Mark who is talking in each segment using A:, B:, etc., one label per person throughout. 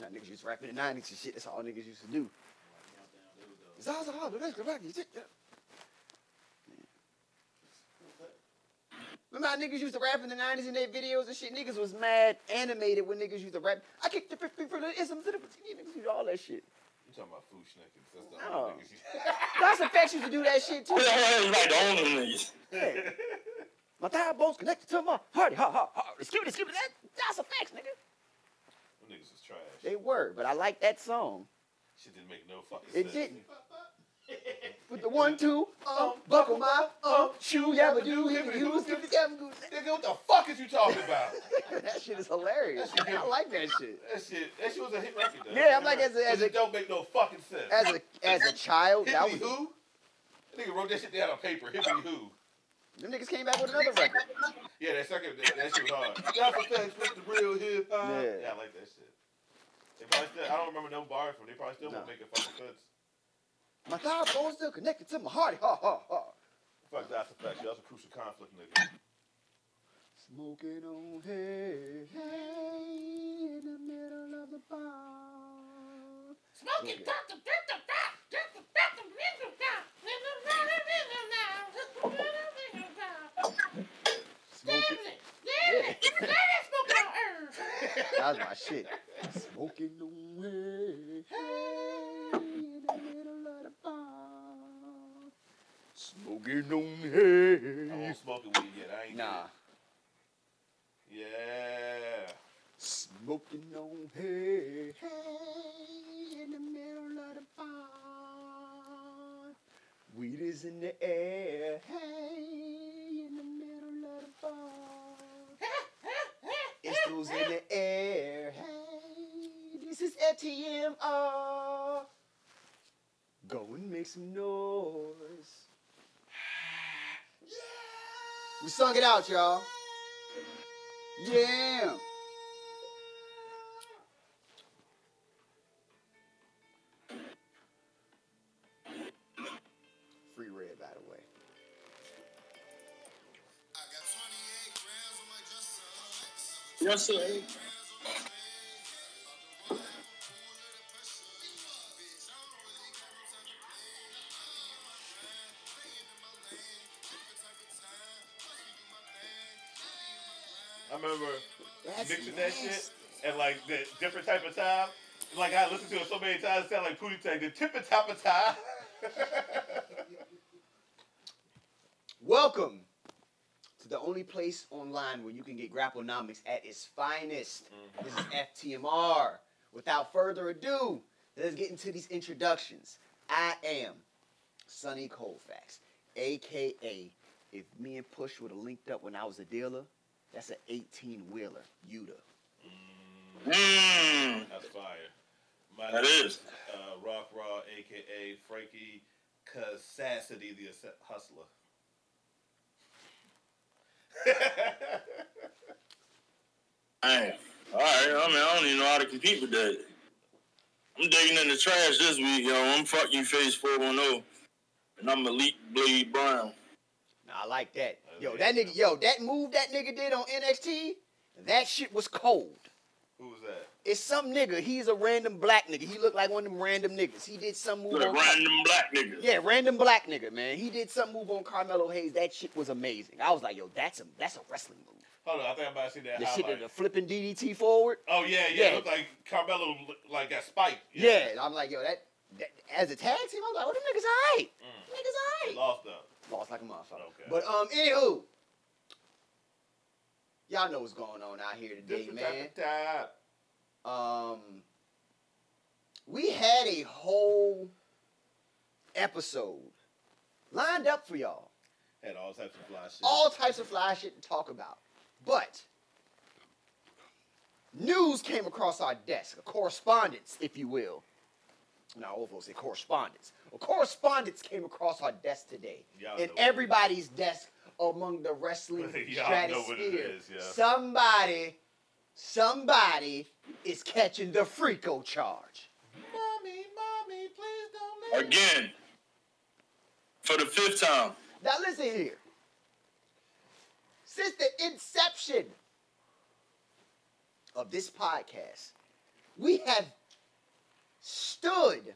A: Now niggas used to rap in the 90s and shit. That's all niggas used to do. Zaza, Harlow, let's go back and shit. yeah. Remember how niggas used to rap in the 90s in their videos and shit? Niggas was mad animated when niggas used to rap. I kicked the 50 from the isms to the niggas used all that shit.
B: You talking about food snickers? That's the
A: No.
B: only niggas. you-
A: That's effects used to do that shit too.
C: Who the hell is like the only niggas?
A: Yeah. My thigh bones connected to my heart. Ha ha ha. Excuse me, excuse me. That, that's effects, nigga.
B: Them niggas was trash.
A: They were, but I like that song.
B: Shit didn't make no fucking sense.
A: It didn't. With the one, two, um, buckle my, um, shoe, yabba do, hip, use, skip, yabba goo.
B: Nigga, what the fuck is you talking about?
A: That shit is hilarious. I like that shit.
B: that shit, that shit was a hit record. Though.
A: Yeah, I'm like, as a-
B: But
A: as
B: it
A: a-
B: don't make no fucking sense.
A: As a as a child,
B: hit
A: that
B: me
A: was
B: who? That nigga wrote that shit down on paper. Hit me who?
A: them niggas came back with another record.
B: Yeah, that second, that, that shit was hard. Y'all for thanks with the real hip hop.
A: Yeah.
B: yeah, I like that shit. They probably still, I don't remember no bar from. it. They probably still won't
A: No.
B: make it fucking sense.
A: My thigh bones still connected to my heart. Ha ha ha.
B: Fuck that's a fact. That's a crucial conflict, nigga.
A: Smoking on hay, hay in the middle of the bar.
D: Smoking
A: Okay.
D: Dr. Dr. Pop, Dr. Dr. Little Pop, Little Pop, Little Pop, Little Pop, Little Pop.
A: Smoking.
D: Damn it, damn it, let it smoke on earth.
A: That was my shit. Smoking away. Hey, in the middle of the bar. Smoking
B: I
A: on hay.
B: won't smoke it with you yet. I ain't.
A: Oh, Nah.
B: did it. Yeah.
A: Smoking on hay. Hey, in the middle of the bar. Weed is in the air. Hey, in the middle of the bar. It's those in the air. Hey, this is ATMR. Go and make some noise. We sung it out, y'all. Yeah. Free red, by the way.
C: Yes, sir.
B: I remember
A: That's
B: mixing that shit and like the different type of time. Like I listened to it so many times, it sounded like Pootie Tang. The tip of top of time.
A: Welcome to the only place online where you can get Grapplenomics at its finest.
B: Mm-hmm.
A: This is FTMR. Without further ado, let's get into these introductions. I am Sonny Colfax, aka if me and Push would have linked up when I was a dealer, that's an 18 wheeler, Yuta.
C: Mmm.
B: That's fire. My
C: That
B: name
C: is.
B: uh, Rock Raw, aka Frankie Cassacity the Ass- Hustler.
C: Damn. All right. I mean, I don't even know how to compete with that. I'm digging in the trash this week, yo. I'm fuck you face 410. oh. And I'm Elite Blade Brown.
A: Now I like that.
B: Oh,
A: Yo,
B: yeah.
A: that nigga, yo, that move that nigga did on NXT, that shit was cold.
B: Who was that?
A: It's some nigga. He's a random black nigga. He looked like one of them random niggas. He did some move
C: With a
A: on.
C: random black nigga.
A: Yeah, random black nigga, man. He did some move on Carmelo Hayes. That shit was amazing. I was like, yo, that's a that's a wrestling move.
B: Hold on, I think I might have seen that
A: The shit
B: highlight.
A: that the flipping DDT forward.
B: oh yeah, yeah. It
A: Yeah.
B: looked like Carmelo like got spiked.
A: Yeah. I'm like, yo, that, that as a tag team, I'm like, oh, them niggas alright.
B: Mm.
A: Niggas
B: They
A: alright.
B: lost though.
A: Lost like a motherfucker.
B: Okay.
A: But um, anywho, y'all know what's going on out here today,
B: Different type
A: man.
B: of time.
A: um we had a whole episode lined up for y'all
B: Had all types of fly shit.
A: all types of fly shit to talk about but news came across our desk a correspondence if you will now old folks say correspondence a correspondence came across our desk today
B: Y'all know
A: and
B: what it
A: everybody's desk among the wrestling
B: Y'all know what it
A: stratosphere
B: is, yeah.
A: somebody somebody is catching the freako charge
B: Mommy, mommy, please don't let
C: Again. For the fifth time.
A: now listen here since the inception of this podcast we have stood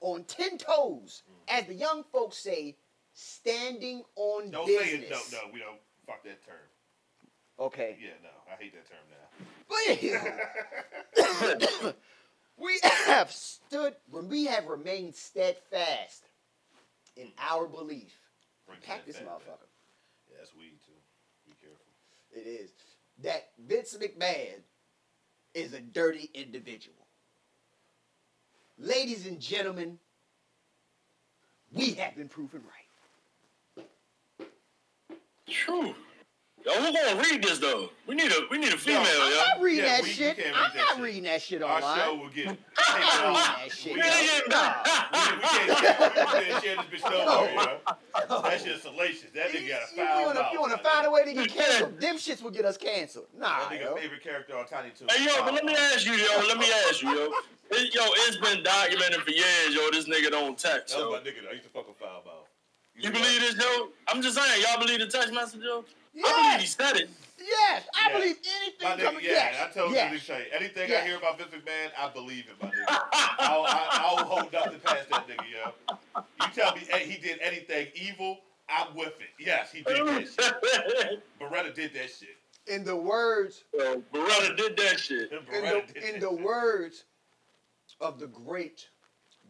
A: on ten toes,
B: Mm.
A: as the young folks say, standing on
B: Don't
A: business.
B: say it. No, no, we don't. Fuck that term.
A: Okay.
B: Yeah, no, I hate that term now.
A: But- we have stood, we have remained steadfast in our belief.
B: Bring
A: Pack
B: that
A: this
B: back.
A: motherfucker.
B: Yeah, that's weed too. Be careful.
A: It is that Vince McMahon is a dirty individual. Ladies and gentlemen, we have been proven right.
C: Phew. Yo, who gonna read this though? We need a we need a female,
B: I'm
C: yo.
A: I'm not reading
B: Yeah,
A: that
B: we- we
A: shit.
B: can't read
A: I'm
B: that
A: not
B: shit.
A: reading that shit
B: Our
A: online.
B: show will get taken
A: I'm not
B: off.
A: reading that shit.
B: We,
C: We
B: we,
A: yo.
C: ain't getting
B: can't, we can't share this bitch no more, yo. That shit's salacious. That
A: You,
B: nigga got a
A: you
B: foul
A: wanna,
B: mouth.
A: you wanna
B: my
A: find a
B: nigga.
A: way to get canceled? Them shits will get us canceled. Nah,
B: That nigga
A: yo.
B: favorite character on Tiny Toons.
C: Hey yo, but let me
B: Foul mouth.
C: ask you, yo. Let me ask you, yo. It, yo, it's been documented for years, yo. This nigga don't text,
B: That was
C: yo.
B: my nigga. though. I used to fuck with foul mouth.
C: You believe this, yo? I'm just saying, y'all believe the text message, yo? I believe he
A: Yes,
C: said it.
A: yes. I
B: Yeah.
A: believe
B: My
A: anything
B: nigga,
A: coming.
B: yeah,
A: Yes,
B: I told
A: yes.
B: you to say anything I
A: Yes.
B: hear about Vince McMahon, I believe it, my nigga. I'll, I, I'll hold nothing past that nigga, yo. You tell me eh, he did anything evil, I'm with it. Yes, he did that shit. Beretta did that shit.
A: In the words
C: Yo, Beretta did that shit.
B: Beretta
A: in
B: did
A: the,
B: that
A: in the
B: shit.
A: words of the great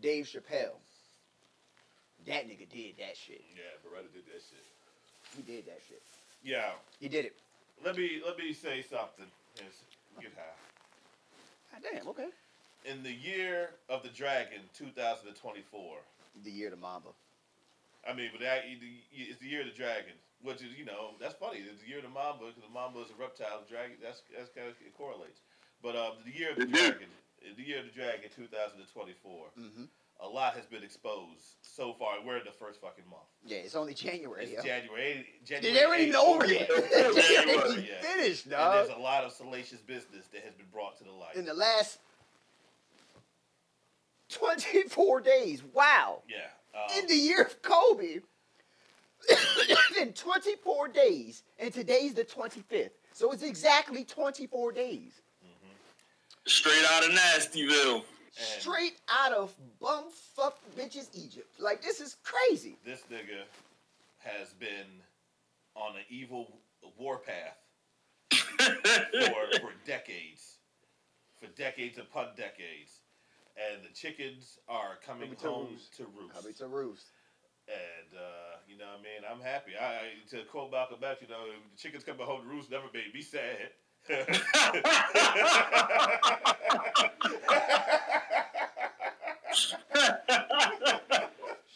A: Dave Chappelle, that nigga did that shit.
B: Yeah, Beretta did that shit.
A: He did that shit.
B: Yeah.
A: He did it.
B: Let me let me say something. Yes, get high.
A: God damn, okay.
B: In the year of the dragon, 2024.
A: The year of the Mamba.
B: I mean, but that it's the year of the dragon, which is you know that's funny. It's the year of the mamba because the mamba is a reptile. The dragon that's that's kind of it correlates. But um, the year of the
C: It do.
B: dragon, the year of the dragon, 2024.
A: Mm-hmm.
B: A lot has been exposed so far. We're in the first fucking month.
A: Yeah, it's only January.
B: It's
A: yo.
B: January. eh, January.
A: They ain't even
B: 8th.
A: over yet. they ain't
C: January,
B: yeah.
A: finished,
B: And
A: dog.
B: there's a lot of salacious business that has been brought to the light.
A: In the last 24 days. Wow.
B: yeah. Um,
A: in the year of Kobe, in 24 days, and today's the 25th. So it's exactly 24 days.
C: Straight out of Nastyville.
B: And-
A: Straight out of bumfuck bitches Egypt. Like, this is crazy.
B: this nigga has been on an evil warpath for, for decades, for decades upon decades, and the chickens are coming
A: Coming to
B: home
A: roost.
B: to roost.
A: Coming to roost.
B: and uh, you know, what I mean, I'm happy. I, I to quote Malcolm X, you know, the chickens coming home to roost never made me sad.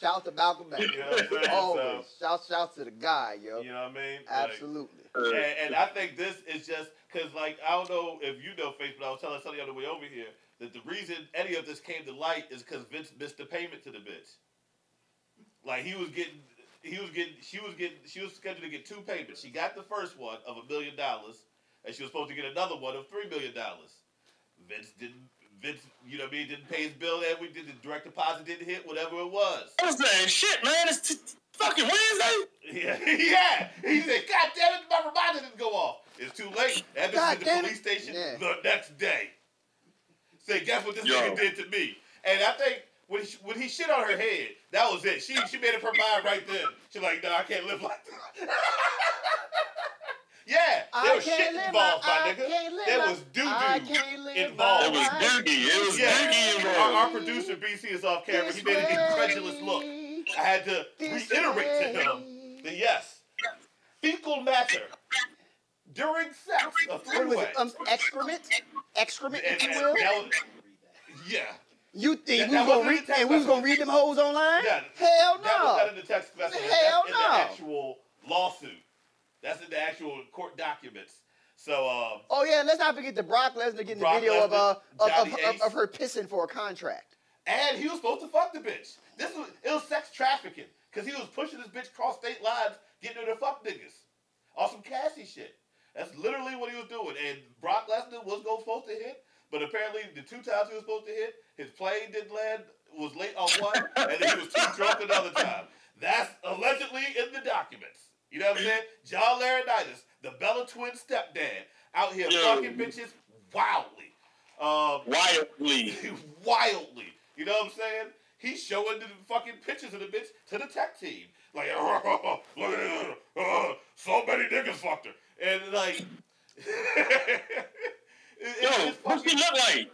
A: Shout out to Malcolm X.
B: You know what I'm saying?
A: Always. Shout, shout to the guy, yo.
B: You know what I mean? Like,
A: Absolutely.
B: and, and I think this is just because, like, I don't know if you know Facebook. I was telling somebody on the way over here that the reason any of this came to light is because Vince missed the payment to the bitch. Like he was getting, he was getting, she was getting, she was scheduled to get two payments. She got the first one of a million dollars, and she was supposed to get another one of three million dollars. Vince didn't. Vince, you know what I mean, didn't pay his bill, and we did the direct deposit didn't hit, whatever it was.
C: I was saying, shit, man, it's t- fucking Wednesday.
B: Yeah, yeah. He said, "God damn it, my reminder didn't go off. It's too late. That bitch
A: God
B: in the
A: damn
B: police
A: it.
B: station
A: Yeah.
B: the next day." Say, guess what this
C: Yo.
B: nigga did to me? And I think when he, when he shit on her head, that was it. She she made up her mind right then. She like, "No, I can't live like this." yeah, there
A: I
B: was shit
A: can't live
B: involved, my
A: I
B: nigga.
A: can't live
B: There
A: my-
B: was doo-doo
A: I can't live
B: involved.
A: Oh, my
C: It was
A: life.
C: doogie. It was
B: Yeah.
C: doogie
B: Our,
C: involved.
B: our producer BC is off camera.
A: This
B: He made an incredulous
A: way.
B: look. I had to
A: This
B: reiterate to
A: way.
B: him that yes, fecal matter during sex, a
A: What was
B: three-way.
A: it? Um, excrement? Excrement,
B: And-
A: if
B: and
A: you will?
B: that was- yeah,
A: You
B: That-
A: think we
B: that
A: was gonna
B: wasn't
A: read
B: in the text
A: and we was gonna
B: message.
A: read them hoes online?
B: yeah. That
A: Hell
B: was not
A: no.
B: in the text message.
A: Hell
B: That's in
A: no.
B: the actual lawsuit. That's in the actual court documents. So, um,
A: Oh yeah, let's not forget the Brock Lesnar getting the
B: Brock
A: video of uh
B: Lesnar,
A: of, of,
B: Johnny
A: of,
B: Ace.
A: of her pissing for a contract.
B: and he was supposed to fuck the bitch. This was it was sex trafficking because he was pushing this bitch across state lines, getting her to fuck niggas on some Cassie shit. That's literally what he was doing. And Brock Lesnar was going supposed to hit, but apparently the two times he was supposed to hit, his plane didn't land, was late on one, and then he was too drunk another time. That's allegedly in the documents. You know what I'm saying? John Laurinaitis, the Bella twin stepdad, out here
C: Yo.
B: fucking bitches wildly. Um,
C: Wildly.
B: wildly. You know what I'm saying? He's showing the fucking pictures of the bitch to the tech team. Like, look at this. So many niggas fucked her. And like, it-
C: Yo,
B: it's just
C: what she
B: fucking-
C: look like?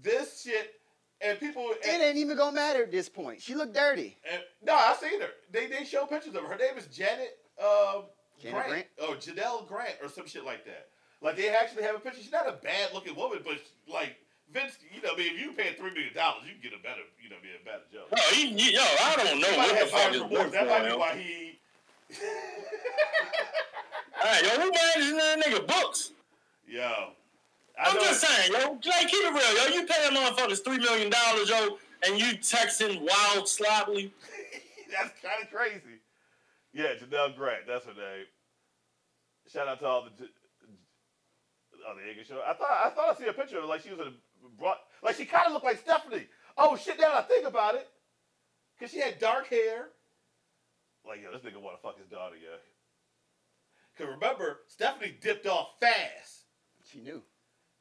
B: this shit, and people.
A: It ain't even gonna matter at this point. She looked dirty.
B: and- no, I seen her. They they show pictures of her. Her name is Janet um,
A: Janet
B: Grant,
A: Grant?
B: or Janelle Grant or some shit like that. Like they actually have a picture. She's not a bad looking woman, but like Vince, you know, I mean, if you pay three million dollars, you can get a better, you know, be a better job.
C: Yo, he, he- yo, I don't know
B: He might
C: what the
B: have
C: fuck
B: buyer's
C: is
B: remorse.
C: going
B: That might be
C: on.
B: why he.
C: Hey, yo, who managing that nigga books?
B: Yo, I
C: I'm
B: know.
C: just saying, yo, like keep it real, yo. You paying motherfuckers three million dollars, yo, and you texting wild sloppily.
B: that's kind of crazy. Yeah, Janelle Grant. That's her name. Shout out to all the J- on the Iggy show. I thought I thought I see a picture of her, like she was in a brought like she kind of looked like Stephanie. Oh shit! Now that I think about it, cause she had dark hair. Like yo, this nigga want to fuck his daughter, yo. Cause remember, Stephanie dipped off fast.
A: She knew.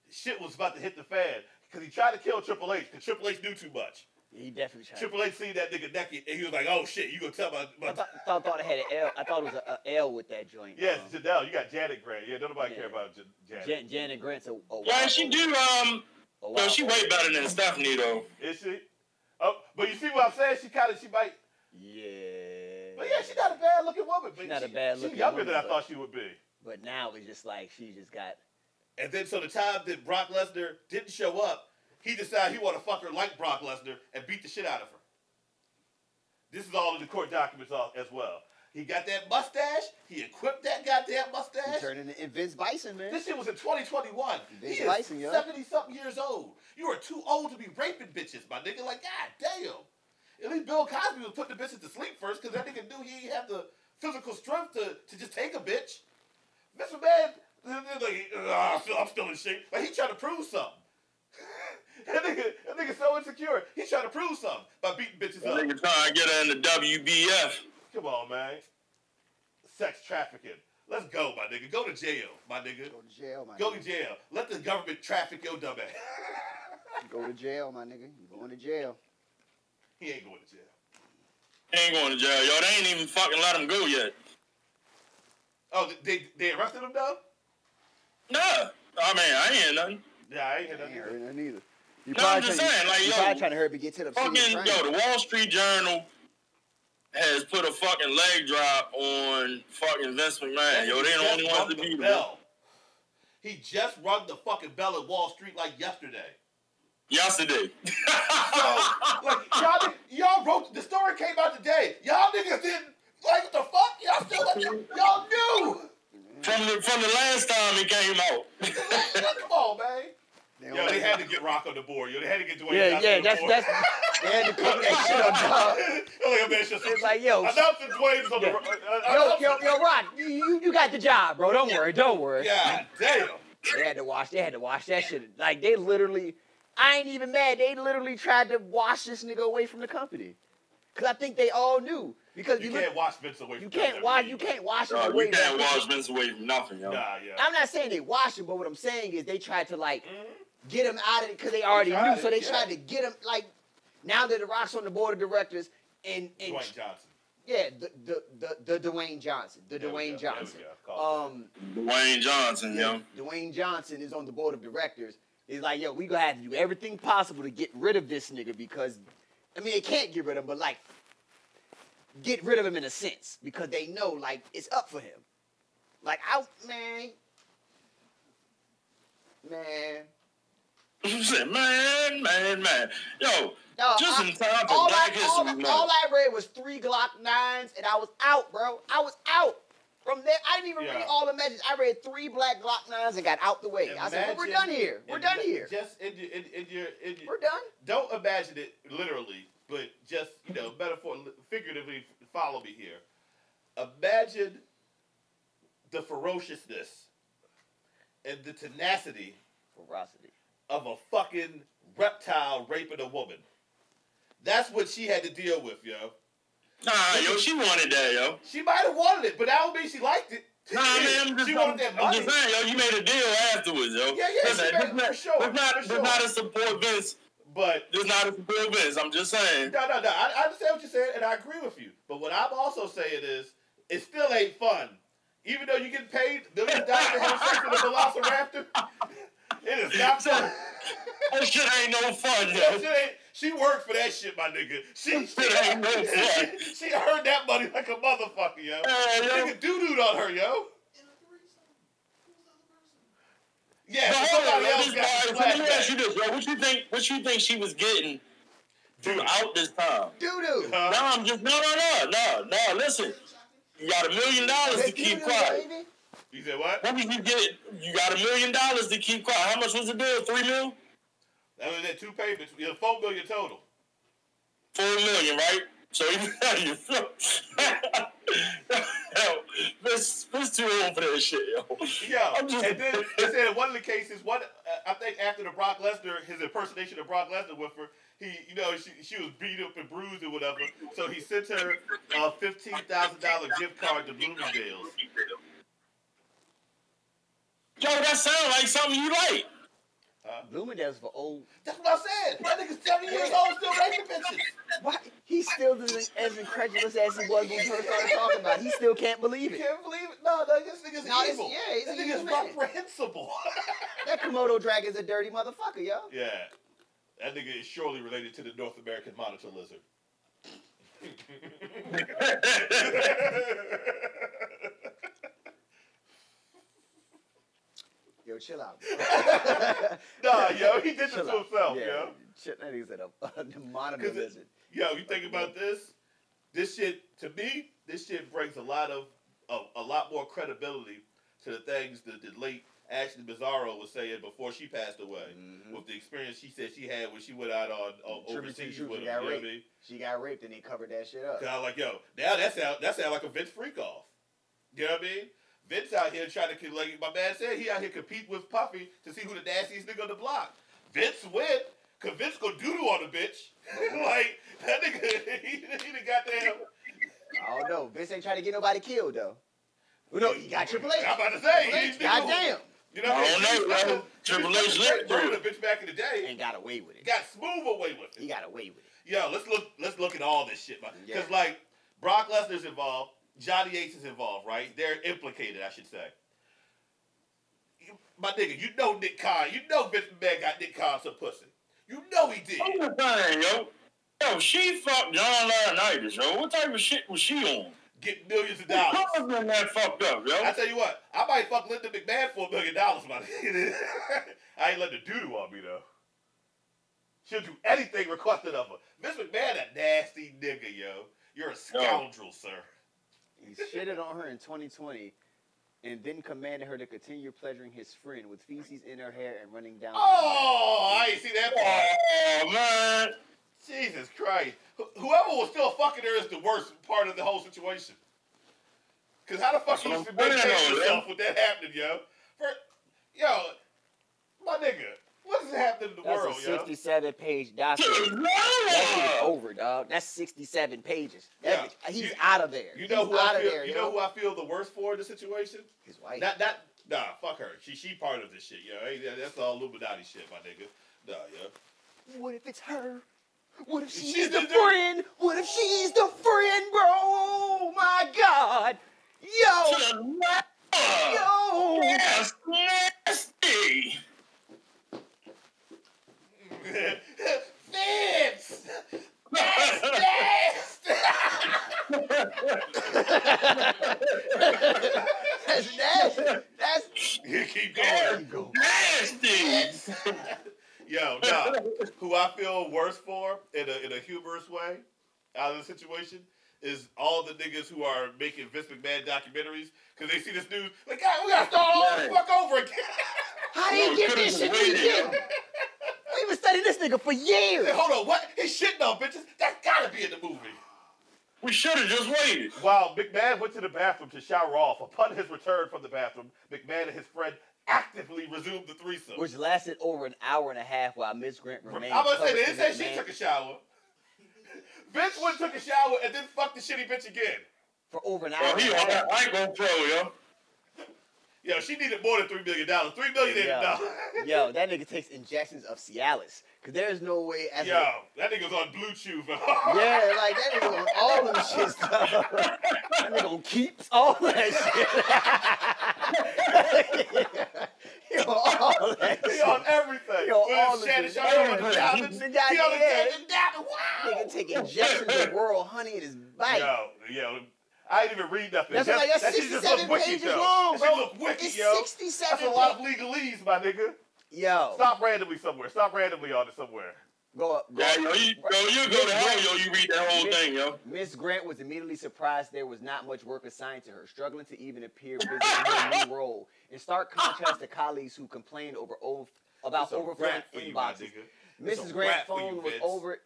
B: shit was about to hit the fan because he tried to kill Triple H because Triple H knew too much.
A: He definitely tried.
B: Triple H seen that nigga naked and he was like, "Oh shit, you gonna tell my,
A: I
B: my
A: thought, thought, thought it had an L. I thought it was a, a L with that joint.
B: yes,
A: Um,
B: Janelle, you got Janet Grant. Yeah, don't nobody
A: Yeah.
B: care about Jan- Janet.
A: Jan- Janet Grant's a, a
C: Yeah,
A: wild-
C: she do. Um,
A: a
C: yo,
A: wild-
C: she way better than Stephanie though.
B: Is she? Oh, but you see what I'm saying? She kind of she might,
A: Yeah.
B: but yeah, she's not a bad looking woman. But
A: She not a
B: she-
A: bad-looking
B: She younger
A: woman,
B: than I
A: but-
B: thought she would be.
A: But now it's just like she just got.
B: And then so the time that Brock Lesnar didn't show up, he decided he want to fuck her like Brock Lesnar and beat the shit out of her. This is all in the court documents all- as well. He got that mustache. He equipped that goddamn
A: She
B: mustache.
A: turned into Vince Bison, man.
B: This shit was in 2021.
A: Vince
B: he is
A: Bison, yo.
B: 70 something years old. You are too old to be raping bitches, my nigga. Like, god damn. At least Bill Cosby was putting the bitches to sleep first because that nigga knew he didn't have the physical strength to, to just take a bitch. Mr. Man, like, "Ugh, I'm still- I'm still in shape. Like, he trying to prove something. that, nigga, that nigga so insecure. He trying to prove something by beating bitches
C: That
B: up.
C: nigga trying to get her in the WBF.
B: Come on, man. Sex trafficking. Let's go, my nigga. Go to jail, my nigga.
A: Go to jail, my
B: Go to
A: nigga.
B: jail. Let the government traffic your dumb ass.
A: Go to jail, my nigga. You going to jail?
B: he ain't going to jail.
C: He ain't going to jail, yo. They ain't even fucking let him go yet.
B: Oh, they they arrested him though?
C: Nah, I mean, I ain't nothing.
B: Yeah, I ain't
A: Yeah,
B: hear nothing. either.
A: nothing either. You
C: No, I'm
A: probably
C: just
A: tryna-
C: saying, like,
A: you
C: yo,
A: probably trying to hurry up and get to the
C: Fucking
A: fucking
C: yo, the Wall Street Journal has put a fucking leg drop on fucking Vince McMahon. Yo, they
B: He
C: the
B: just
C: only ones
B: rung
C: to
B: the
C: beat him.
B: bell. He just rung the fucking bell at Wall Street like yesterday.
C: Yesterday.
B: So, like y'all, nigg- y'all wrote the story came out today. Y'all niggas didn't like what the fuck. Y'all still let y'all, y'all knew.
C: From the from the last time he came out.
B: Come on, man.
A: They
B: Yo,
A: don't-
B: they had to get Rock on the board. Yo, they had to get Dwayne
A: yeah,
B: Johnson
A: yeah,
B: on the
A: that's
B: board.
A: that's they had to put that shit on top.
B: like, man, it's just-
A: It's like, yo,
B: announcing Dwayne's on the.
A: Yeah.
B: uh,
A: Yo,
B: announcing-
A: yo, yo, Rod, you- you, you got the job, bro. Don't worry, don't worry.
B: God damn.
A: They had to wash. They had to wash that shit. Like they literally, I ain't even mad. They literally tried to wash this nigga away from the company, cause I think they all knew. Because
B: You
A: you, look-
B: can't watch Vince away from
A: you
B: WWE.
A: can't wash. You can't wash him
C: Yo,
A: away.
C: you can't
A: like-
C: wash Vince away from nothing, yo.
B: Nah, yeah.
A: I'm not saying they washed him, but what I'm saying is they tried to like
B: Mhm.
A: get him out of it because they already
B: tried
A: knew. So
B: it,
A: they
B: yeah.
A: tried to get him like. Now that the Rock's on the board of directors, and, and
B: Dwayne Johnson.
A: yeah, the the, the the Dwayne Johnson, the
B: There we
A: Dwayne
B: go, there we
A: Johnson.
B: go. Call
A: Um,
C: Dwayne Johnson,
A: yeah.
C: yo.
A: Dwayne Johnson is on the board of directors. He's like, yo, we gonna have to do everything possible to get rid of this nigga because, I mean, they can't get rid of him, but like, get rid of him in a sense because they know like it's up for him. Like, I man, man.
C: I'm saying, man, man, man. Yo,
A: No,
C: just
A: I-
C: in time for
A: Uh, all
C: Black
A: I, all,
C: History
A: I-
C: Month.
A: all I read was three Glock nines, and I was out, bro. I was out. From there, I didn't even
B: Yeah.
A: read all the messages. I read three black Glock nines and got out the way. I said, well, "We're
B: Imagine-
A: done here. We're
B: And
A: done
B: ma-
A: here.
B: Just in your, in, in your, in your
A: We're done."
B: don't imagine it literally, but just you know, metaphor, figuratively, follow me here. Imagine the ferociousness and the tenacity
A: Ferocity.
B: of a fucking reptile raping a woman. That's what she had to deal with, yo.
C: Nah, yo, she wanted that, yo.
B: She might have wanted it, but that don't mean she liked it.
C: Nah, man, I'm just,
B: She
C: I'm,
B: wanted that
C: I'm just
B: money.
C: saying, yo, you made a deal afterwards, yo.
B: Yeah, yeah, she
C: Listen,
B: made-
C: this
B: for
C: not-
B: sure,
C: This not,
B: for
C: this
B: sure.
C: not a support Vince.
B: But
C: This not a support Vince. I'm just saying.
B: No, no, no. I, I understand what you're saying, and I agree with you. But what I'm also saying is, it still ain't fun. Even though you get paid millions dollars to have sex with a velociraptor, it is not fun.
C: That shit ain't no fun,
B: That
C: yo.
B: shit ain't- she worked for that shit, my nigga. She she,
C: Shit ain't no fun.
B: she, she earned that money like a motherfucker, yo.
C: Yeah, yo.
B: Nigga doo dooed on her, yo. Yeah,
C: But
B: but
C: hold on,
B: somebody
C: yo,
B: else
C: this guy- so
B: got
C: let
B: the
C: me ask you
B: flashback.
C: this, yo. What you think? What you think she was getting
B: Dude,
C: throughout this time?
A: Doo doo.
C: No, I'm just no, no, no, no, no. Listen, you got a million dollars to keep quiet.
B: you said what?
C: What did you get? You got a million dollars to keep quiet. How much was the deal? Three mil?
B: That was that two payments. Yeah, four million total.
C: Four million, right? So you you Yo, this this too old for that shit, yo.
B: Yeah,
C: I'm just-
B: and then they said in one of the cases, one uh, I think after the Brock Lesnar, his impersonation of Brock Lesnar with her, he you know she she was beat up and bruised and whatever, so he sent her a fifteen thousand dollar gift card to Bloomingdale's.
C: Yo, that sounds like something you like.
A: Bloomingdale's for old.
B: That's what I said. That nigga's seventy years old, still raping bitches.
A: Why? He still isn't as incredulous as he was when we first started talking about. it. He still can't believe
B: You
A: it.
B: can't believe it. No, no, this nigga's
A: No, it's-
B: evil.
A: yeah, he's
B: this
A: an evil
B: nigga's
A: man.
B: reprehensible.
A: That Komodo dragon's a dirty motherfucker, yo.
B: yeah, that nigga is surely related to the North American monitor lizard.
A: Yo, chill out.
B: nah, Uh, yo, he did this to
A: out.
B: himself,
A: yeah,
B: yo.
A: Shit, that nigga's a, a monitor
B: 'Cause it-
A: lizard.
B: Yo, you think about this? This shit to me, this shit brings a lot of a, a lot more credibility to the things that the late Ashley Bizarro was saying before she passed away,
A: Mhm.
B: with the experience she said she had when she went out on, on
A: Tribute to
B: overseas
A: Troops
B: with him.
A: and
B: You know
A: got
B: what I
A: raped.
B: mean?
A: She got raped and they covered that shit up.
B: 'Cause I was like, yo, now that sound that sound like a Vince freak off. You know what I mean? Vince out here trying to like my man said he out here compete with Puffy to see who the nastiest nigga on the block. Vince went, cause Vince go doo doo on the bitch. like that nigga, he, he done goddamn.
A: I don't know. Vince ain't trying to get nobody killed though. Well, no, he got Triple H.
B: I'm about to say,
A: Triple H,
B: these niggas-
A: goddamn,
B: You know what I mean?
C: I don't know,
B: He
C: bro.
B: was fucking- he was
C: Triple H
B: fucking
C: lived
B: Jack
C: through
B: Bruno, bitch back in the day.
A: and got away with it.
B: Got smooth away with
A: He
B: it.
A: got away with it.
B: Yo, let's look. Let's look at all this shit, man.
A: Yeah.
B: Because like Brock Lesnar's involved, Johnny Ace is involved, right? They're implicated, I should say. You- My nigga, you know Nick Khan. You know Vince McMahon got Nick Khan some pussy. You know he did.
C: I'm just saying, yo. Yo, she fucked John Laurinaitis, yo. What type of shit was she on?
B: Get millions of
C: What
B: dollars.
C: color been that fucked up, yo?
B: I tell you what, I might fuck Linda McMahon for a million dollars, my nigga. I ain't letting the doo-doo on me, though. She'll do anything requested of her. Miss McMahon a nasty nigga, yo. You're a scoundrel, sir.
A: He shitted on her in 2020, and then commanded her to continue pleasuring his friend with feces in her hair and running down. her leg.
B: Oh, I ain't see that part.
C: Oh man.
B: Jesus Christ. Wh- Whoever was still fucking her is the worst part of the whole situation. Because how the fuck
C: That's
B: you
C: what I'm
B: maintain
C: saying, though,
B: yourself with that happening, yo? For, yo, my nigga, what is happening in the
A: That's
B: world,
A: a
B: yo?
A: 67 page document. That shit is
C: Wow.
A: over, dog. That's 67 pages. That
B: Yeah.
A: bitch- he's
B: You-
A: out of there.
B: You know
A: he's
B: who
A: out
B: I
A: of
B: feel,
A: there.
B: You
A: yo.
B: know who I feel the worst for in this situation?
A: His wife.
B: Not not nah, fuck her. She she part of this shit, yo. Hey, that- that's all Illuminati shit, my nigga. Nah, yo.
A: What if it's her? What if she's,
B: She's
A: the,
B: the dirt-
A: friend? What if she's the friend, bro? Oh my god. Yo,
C: Wow.
A: yo.
C: That's nasty.
B: Vince! That's nasty!
A: That's nasty. That's
B: you keep going.
C: Nasty.
B: Yo, nah. Who I feel worse for in a in a humorous way out of the situation is all the niggas who are making Vince McMahon documentaries because they see this news like God, we gotta start all the fuck over again.
A: how do you
C: Yo,
A: get
C: could've
A: this shit?
C: been
A: We
C: waiting,
A: get.
C: yo.
A: We've been studying this nigga for years.
B: Hey, hold on, what? He's shitting on bitches. That's gotta be in the movie.
C: We should have just waited.
B: While McMahon went to the bathroom to shower off, upon his return from the bathroom, McMahon and his friend actively resumed the threesome.
A: Which lasted over an hour and a half while Miss Grant
B: I'm
A: remained.
B: gonna say
A: covered
B: they
A: in
B: didn't
A: that
B: say she
A: man
B: took a shower. Vince went and took a shower and then fucked the shitty bitch again.
A: for over an hour.
C: Oh,
A: and
C: he
A: a
C: on
A: half.
C: that. I ain't gonna throw, yo.
B: Yo, she needed more than three million dollars. Three million ain't
A: Yeah.
B: enough.
A: Yo, that nigga takes injections of Cialis. Cause there's no way as
B: Yo,
A: a,
B: that nigga's on blue chew, bro.
A: Yeah, like that nigga on all them shit stuff. that nigga on keeps all that shit. He on all that
B: He on
A: shit.
B: everything.
A: He on
B: With
A: all
B: his
A: the
B: Shannon
A: shit.
B: Sharp, he on the
A: Everything.
B: Diamond-
A: He
B: he on the
A: goddamn-
B: Diamond Diamond. Wow.
A: Nigga take injections of rural honey in his bite.
B: Yo, yo, I ain't even read nothing.
A: That's
B: That-
A: like, that's
B: that shit just look
A: 67
B: wicked,
A: pages
B: though.
A: long,
B: That shit
A: bro.
B: look wicked,
A: It's
B: yo.
A: 67
B: That's a lot
A: pa-
B: of legalese, my nigga.
A: Yo,
B: Stop randomly somewhere. Stop randomly on it somewhere.
A: go up. Go
C: Yeah, yo,
A: up.
C: you, yo, you go to hell, yo, you read that whole thing, yo.
A: Miss Grant was immediately surprised there was not much work assigned to her, struggling to even appear busy in her new role. In stark contrast to colleagues who complained over old, about
B: It's a
A: overflowing
B: rat for you, my
A: inboxes.
B: nigga. It's
A: Mrs.
B: a
A: Grant's
B: rat for you,
A: phone was
B: Vince.
A: over.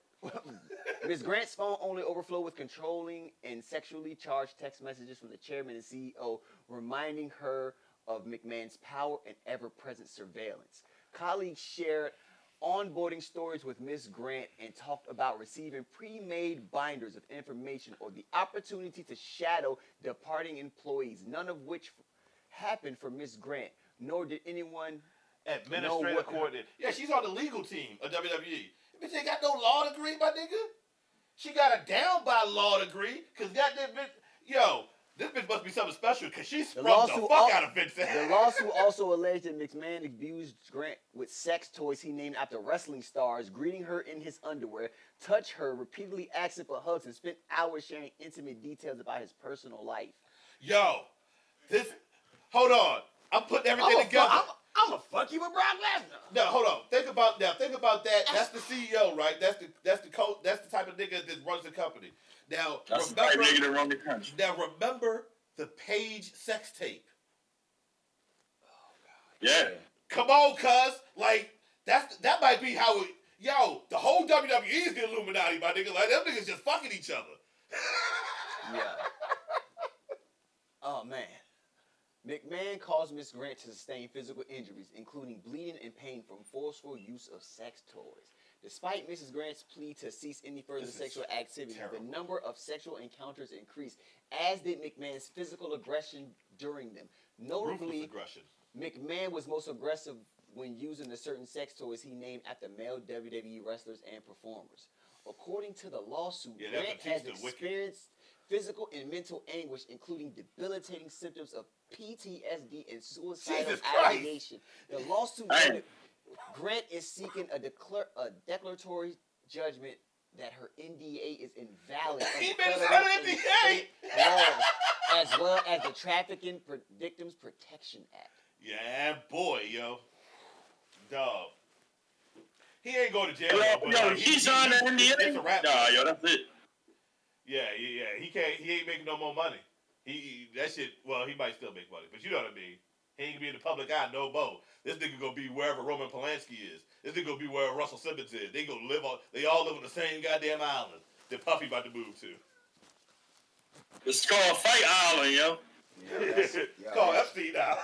A: Ms. Grant's phone only overflowed with controlling and sexually charged text messages from the chairman and CEO, reminding her of McMahon's power and ever-present surveillance. Colleagues shared onboarding stories with Ms. Grant and talked about receiving pre-made binders of information or the opportunity to shadow departing employees, none of which happened for Ms. Grant, nor did anyone
B: Administrative
A: No, what-
B: coordinator. Yeah, she's on the legal team of WWE. Bitch ain't got no law degree, my nigga. She got a down by law degree, cause that that bitch, yo, this bitch must be something special, cause she sprung the,
A: lawsuit
B: fuck
A: al-
B: out of Vincent.
A: The lawsuit also alleged that McMahon abused Grant with sex toys he named after wrestling stars, greeting her in his underwear, touched her, repeatedly asking for hugs, and spent hours sharing intimate details about his personal life.
B: Yo, this. Hold on. I'm putting everything together.
A: I'm gonna fuck you with Brock Lesnar.
B: no, hold on. Think about now. Think about that. That's the CEO, right? That's the that's the co- That's the type of nigga that runs the company. Now
C: That's the type
B: remember.
C: nigga that run the country.
B: now remember the page sex tape.
C: Yeah.
B: Come on, cuz. Like that's that might be how it. Yo, the whole WWE is the Illuminati, my nigga. Like them niggas just fucking each other.
A: Yeah. Oh man. McMahon caused Miss Grant to sustain physical injuries, including bleeding and pain from forceful use of sex toys. Despite Mrs. Grant's plea to cease any further
B: This is
A: sexual activity,
B: terrible.
A: the number of sexual encounters increased, as did McMahon's physical aggression during them.
B: Ruthless
A: Notably,
B: aggression.
A: McMahon was most aggressive when using the certain sex toys he named after male WWE wrestlers and performers. According to the lawsuit,
B: Yeah, that
A: Grant has
B: Batista wicked.
A: experienced physical and mental anguish, including debilitating symptoms of PTSD and suicidal
B: Jesus Christ.
A: ideation. The lawsuit
C: Hey.
A: noted Grant is seeking a, declar- a declaratory judgment that her NDA is invalid.
B: He
A: under
B: made us
A: federal
B: an
A: and
B: NDA.
A: state laws, as well as the Trafficking Pro- Victims Protection Act.
B: Yeah, boy, yo. Dog. He ain't going to jail.
C: Yo,
B: but,
C: yo,
B: like,
C: he signed the
B: It's a
C: NDA.
B: wrap.
C: Nah, yo, that's it.
B: Yeah, yeah, yeah. He can't. He ain't making no more money. He that shit. Well, he might still make money, but you know what I mean. He ain't gonna be in the public eye no more. This nigga gonna be wherever Roman Polanski is. This nigga gonna be where Russell Simmons is. They gonna live on. They all live on the same goddamn island that Puffy about to move to.
C: It's called Fight Island, yo.
B: It's Call Epstein now.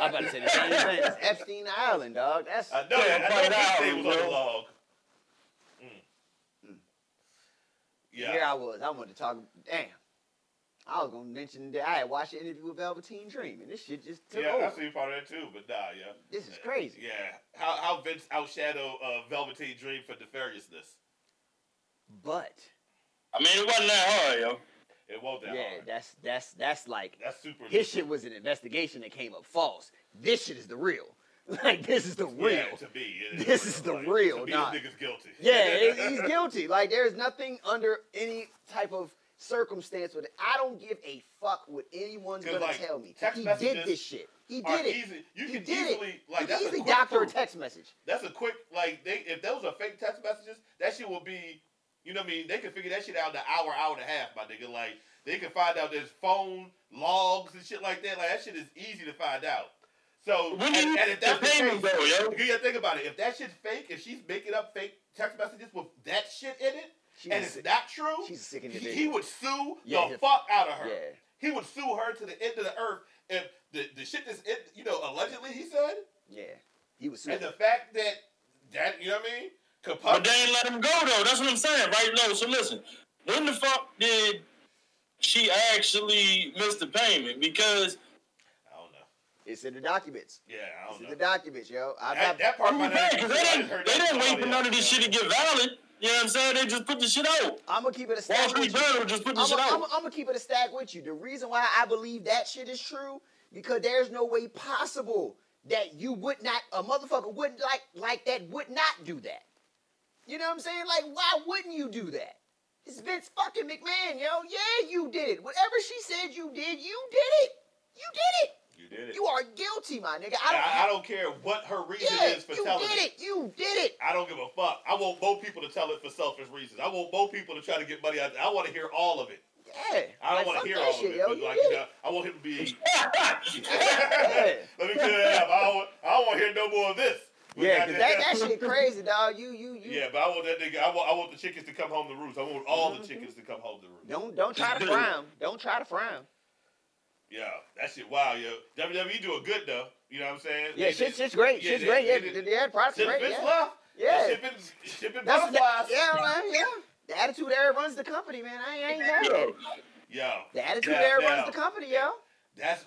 A: I'm about to say the same thing. That's Epstein Island, dog. That's
B: I know. that. I
C: Fight
B: know his name was
C: Island,
B: on the
C: bro.
B: log. Mm. Yeah.
A: here I was. I wanted to talk. Damn. I was gonna mention that I had watched the interview with Velveteen Dream, and this shit just took
B: Yeah,
A: over.
B: I see part of that too, but nah, yeah.
A: This is crazy.
B: Yeah. How how Vince outshadow uh, Velveteen Dream for nefariousness.
A: But
C: I mean, it wasn't that hard, yo.
B: It won't that
A: yeah,
B: hard.
A: that's that's that's like
B: That's super.
A: his shit was an investigation that came up false. This shit is the real. Like this is the
B: Yeah,
A: real.
B: to be. it
A: This is the real,
B: To be,
A: nah.
B: this nigga's guilty.
A: Yeah, he- he's guilty. Like there's nothing under any type of circumstance with it. I don't give a fuck what anyone's
B: 'Cause,
A: gonna
B: like,
A: tell me.
B: text
A: He did
B: messages
A: this shit. He
B: Are
A: did it.
B: Easy. You
A: He
B: can
A: did it.
B: easily like that's
A: you can
B: a
A: easily
B: quick
A: doctor a
B: proof.
A: text message.
B: That's a quick like they if those are fake text messages, that shit will be you know what I mean, they can figure that shit out in an hour, hour and a half, my nigga. Like they can find out there's phone logs and shit like that. Like that shit is easy to find out. So
C: When
B: and,
C: did
B: and if
C: the
B: that's the
C: payment
B: case,
C: go, yo?
B: you gotta think about it. If that shit's fake, if she's making up fake text messages with that shit in it,
A: She's
B: and
A: a
B: it's
A: sick-
B: not true,
A: she's a sick
B: he,
A: individual.
B: he would sue
A: Yeah,
B: the
A: he'll-
B: fuck out of her.
A: Yeah.
B: He would sue her to the end of the earth if the, the shit that's in, you know, allegedly he said,
A: Yeah. He was
B: and
A: super.
B: the fact that that you know what I mean, could
C: But
B: pop
C: they ain't let him go though. That's what I'm saying, right? No. So listen, when the fuck did she actually miss the payment? Because
B: I don't know.
A: It's in the documents.
B: Yeah, I
A: It's
B: don't
A: in
B: know.
A: the documents, yo. I'm
B: that,
A: not,
B: that part
C: I'm
B: might
C: prepared
B: not
C: because they didn't,
B: heard
C: they
B: that
C: didn't
B: from
C: wait for
B: somebody
C: none of
B: else,
C: this
B: yeah.
C: shit to get valid. You know what I'm saying? They just put the shit out.
A: I'm gonna keep it a
C: Wall
A: stack
C: Street
A: with you.
C: Journal just put the
A: I'm
C: shit out.
A: gonna keep it a stack with you. The reason why I believe that shit is true because there's no way possible that you would not a motherfucker wouldn't like like that would not do that. You know what I'm saying? Like why wouldn't you do that? It's Vince fucking McMahon, yo. Yeah, you did it. Whatever she said you did, you did it. You did
B: You did
A: it.
B: it.
A: You are guilty, my nigga. I
B: I,
A: don't.
B: I, don't care what her reason
A: yeah,
B: is for
A: you
B: telling
A: did it. You did it.
B: I don't give a fuck. I want both people to tell it for selfish reasons. I want both people to try to get money out. I want to hear all of it.
A: Yeah.
B: I
A: Like,
B: don't want
A: fuck
B: to hear
A: that
B: all of
A: shit,
B: it.
A: yo.
B: but
A: You
B: like,
A: did
B: you
A: it.
B: know, I want him to be.
A: Yeah.
B: Let me clear that up. I don't, I don't want to hear no more of this. But
A: Yeah,
B: I-
A: 'cause that, that shit crazy, dog. You you you.
B: Yeah, but I want that nigga. I want, I want the chickens to come home to roost. I want all
A: Mm-hmm.
B: the chickens to come home to roost.
A: Don't don't try to fry 'em. Don't try to fry 'em.
B: Yeah, that shit. Wow, yo. WWE doing good though. You know what I'm saying?
A: Yeah,
B: They-
A: shit,
B: they-
A: shit's great.
B: yeah,
A: shit's
B: they-
A: great. Yeah,
B: they-
A: the, the ad product's
B: Since
A: great.
B: Vince
A: Yeah,
B: left,
A: yeah.
B: shit been, shit been
A: That's
B: butterflies.
A: yeah, man, yeah. The attitude era runs the company, man. I ain't, I ain't know that.
B: Yo,
A: The attitude
B: Now-
A: era
B: now-
A: runs the company, yo.
B: That's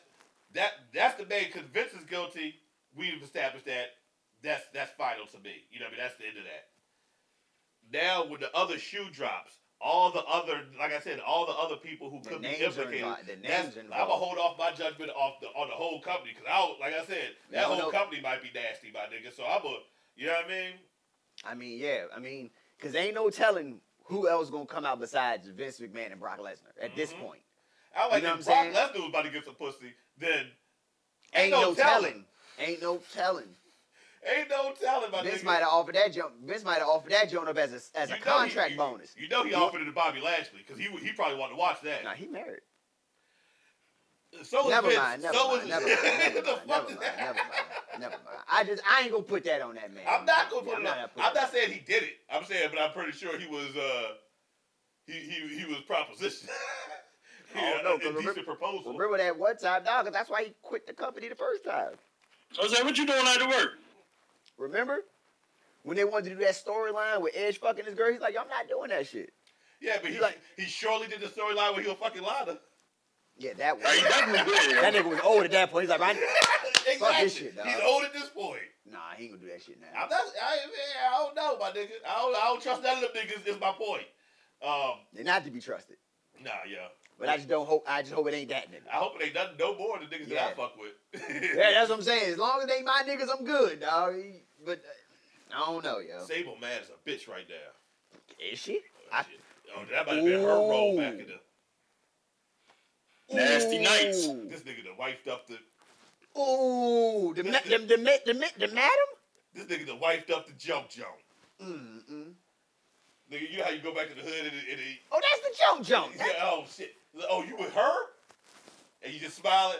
B: that. That's the main. Because Vince is guilty. We've established that. That's that's final to me. You know, what I mean, that's the end of that. Now, when the other shoe drops, all the other, like I said, all the other people who
A: The
B: could be
A: names are
B: implicated.
A: involved- the
B: that's-
A: names
B: I'm gonna
A: involved.
B: hold off my judgment off the on the whole company because I, don't- like I said, that
A: No,
B: whole
A: no.
B: company might be nasty, my nigga. So I'm a, you know what I mean?
A: I mean, yeah. I mean, cause ain't no telling who else gonna come out besides Vince McMahon and Brock Lesnar at this
B: Mhm.
A: point.
B: I like
A: You know
B: if
A: what
B: Brock
A: I'm
B: Lesnar was about to get some pussy, then
A: Ain't, no, telling. Ain't no telling.
B: Ain't no telling, my
A: Vince
B: nigga.
A: might have offered that jump. Vince might have offered that joint up as a as
B: You know
A: a
B: he-
A: contract
B: you-
A: bonus.
B: You know he offered it to Bobby Lashley because he he probably wanted to watch that.
A: Nah, he married.
B: So was
A: Never
B: Vince.
A: mind, never
B: so
A: mind,
B: was
A: never mind, never
B: What the
A: mind,
B: fuck
A: never
B: is
A: mind,
B: that?
A: never mind, never mind. I just, I ain't gonna put that on that man.
B: I'm not gonna put
A: I'm
B: it up.
A: gonna put
B: I'm
A: that
B: not
A: on.
B: saying he did it. I'm saying, but I'm pretty sure he was. uh He he he was propositioned.
A: I don't know, 'cause
B: indecent
A: remember-
B: proposal.
A: Remember that one time, dog? Cause that's why he quit the company the first time.
C: I was like, what you doing out of work?
A: Remember when they wanted to do that storyline with Edge fucking his girl? He's like, I'm not doing that shit.
B: yeah, but he
A: he's like-
B: he surely did the storyline where he was fucking Lana.
A: Yeah, that
C: Like,
A: was.
C: definitely
A: that
C: did.
A: nigga was old at that point. He's like, I,
B: exactly.
A: shit, dog.
B: He's old at this point.
A: nah, he ain't gonna do that shit now.
B: I'm not. I, man, I don't know, my nigga. I don't. I don't trust none of them niggas. Is my point. Um.
A: They're not to be trusted.
B: Nah. Yeah.
A: But I just don't hope. I just hope it ain't that nigga.
B: I hope it ain't nothing no more than the niggas that I
A: Yeah.
B: fuck with.
A: Yeah, that's what I'm saying. As long as they my niggas, I'm good, dog. But uh, I don't know, yo.
B: Sable Mad is a bitch right now.
A: Is she?
B: Oh,
A: I-
B: shit. oh that might have been her role back in the.
C: Nasty nights.
A: Ooh.
B: This nigga done wifed up the.
A: Ooh, the ma- the, the, ma- the, ma- the madam?
B: This nigga done wifed up the jump jump.
A: Mm-mm.
B: Nigga, you know how you go back to the hood and it. And it
A: Oh, that's the jump jump.
B: you say, oh shit. Oh, you with her? And you just smiling.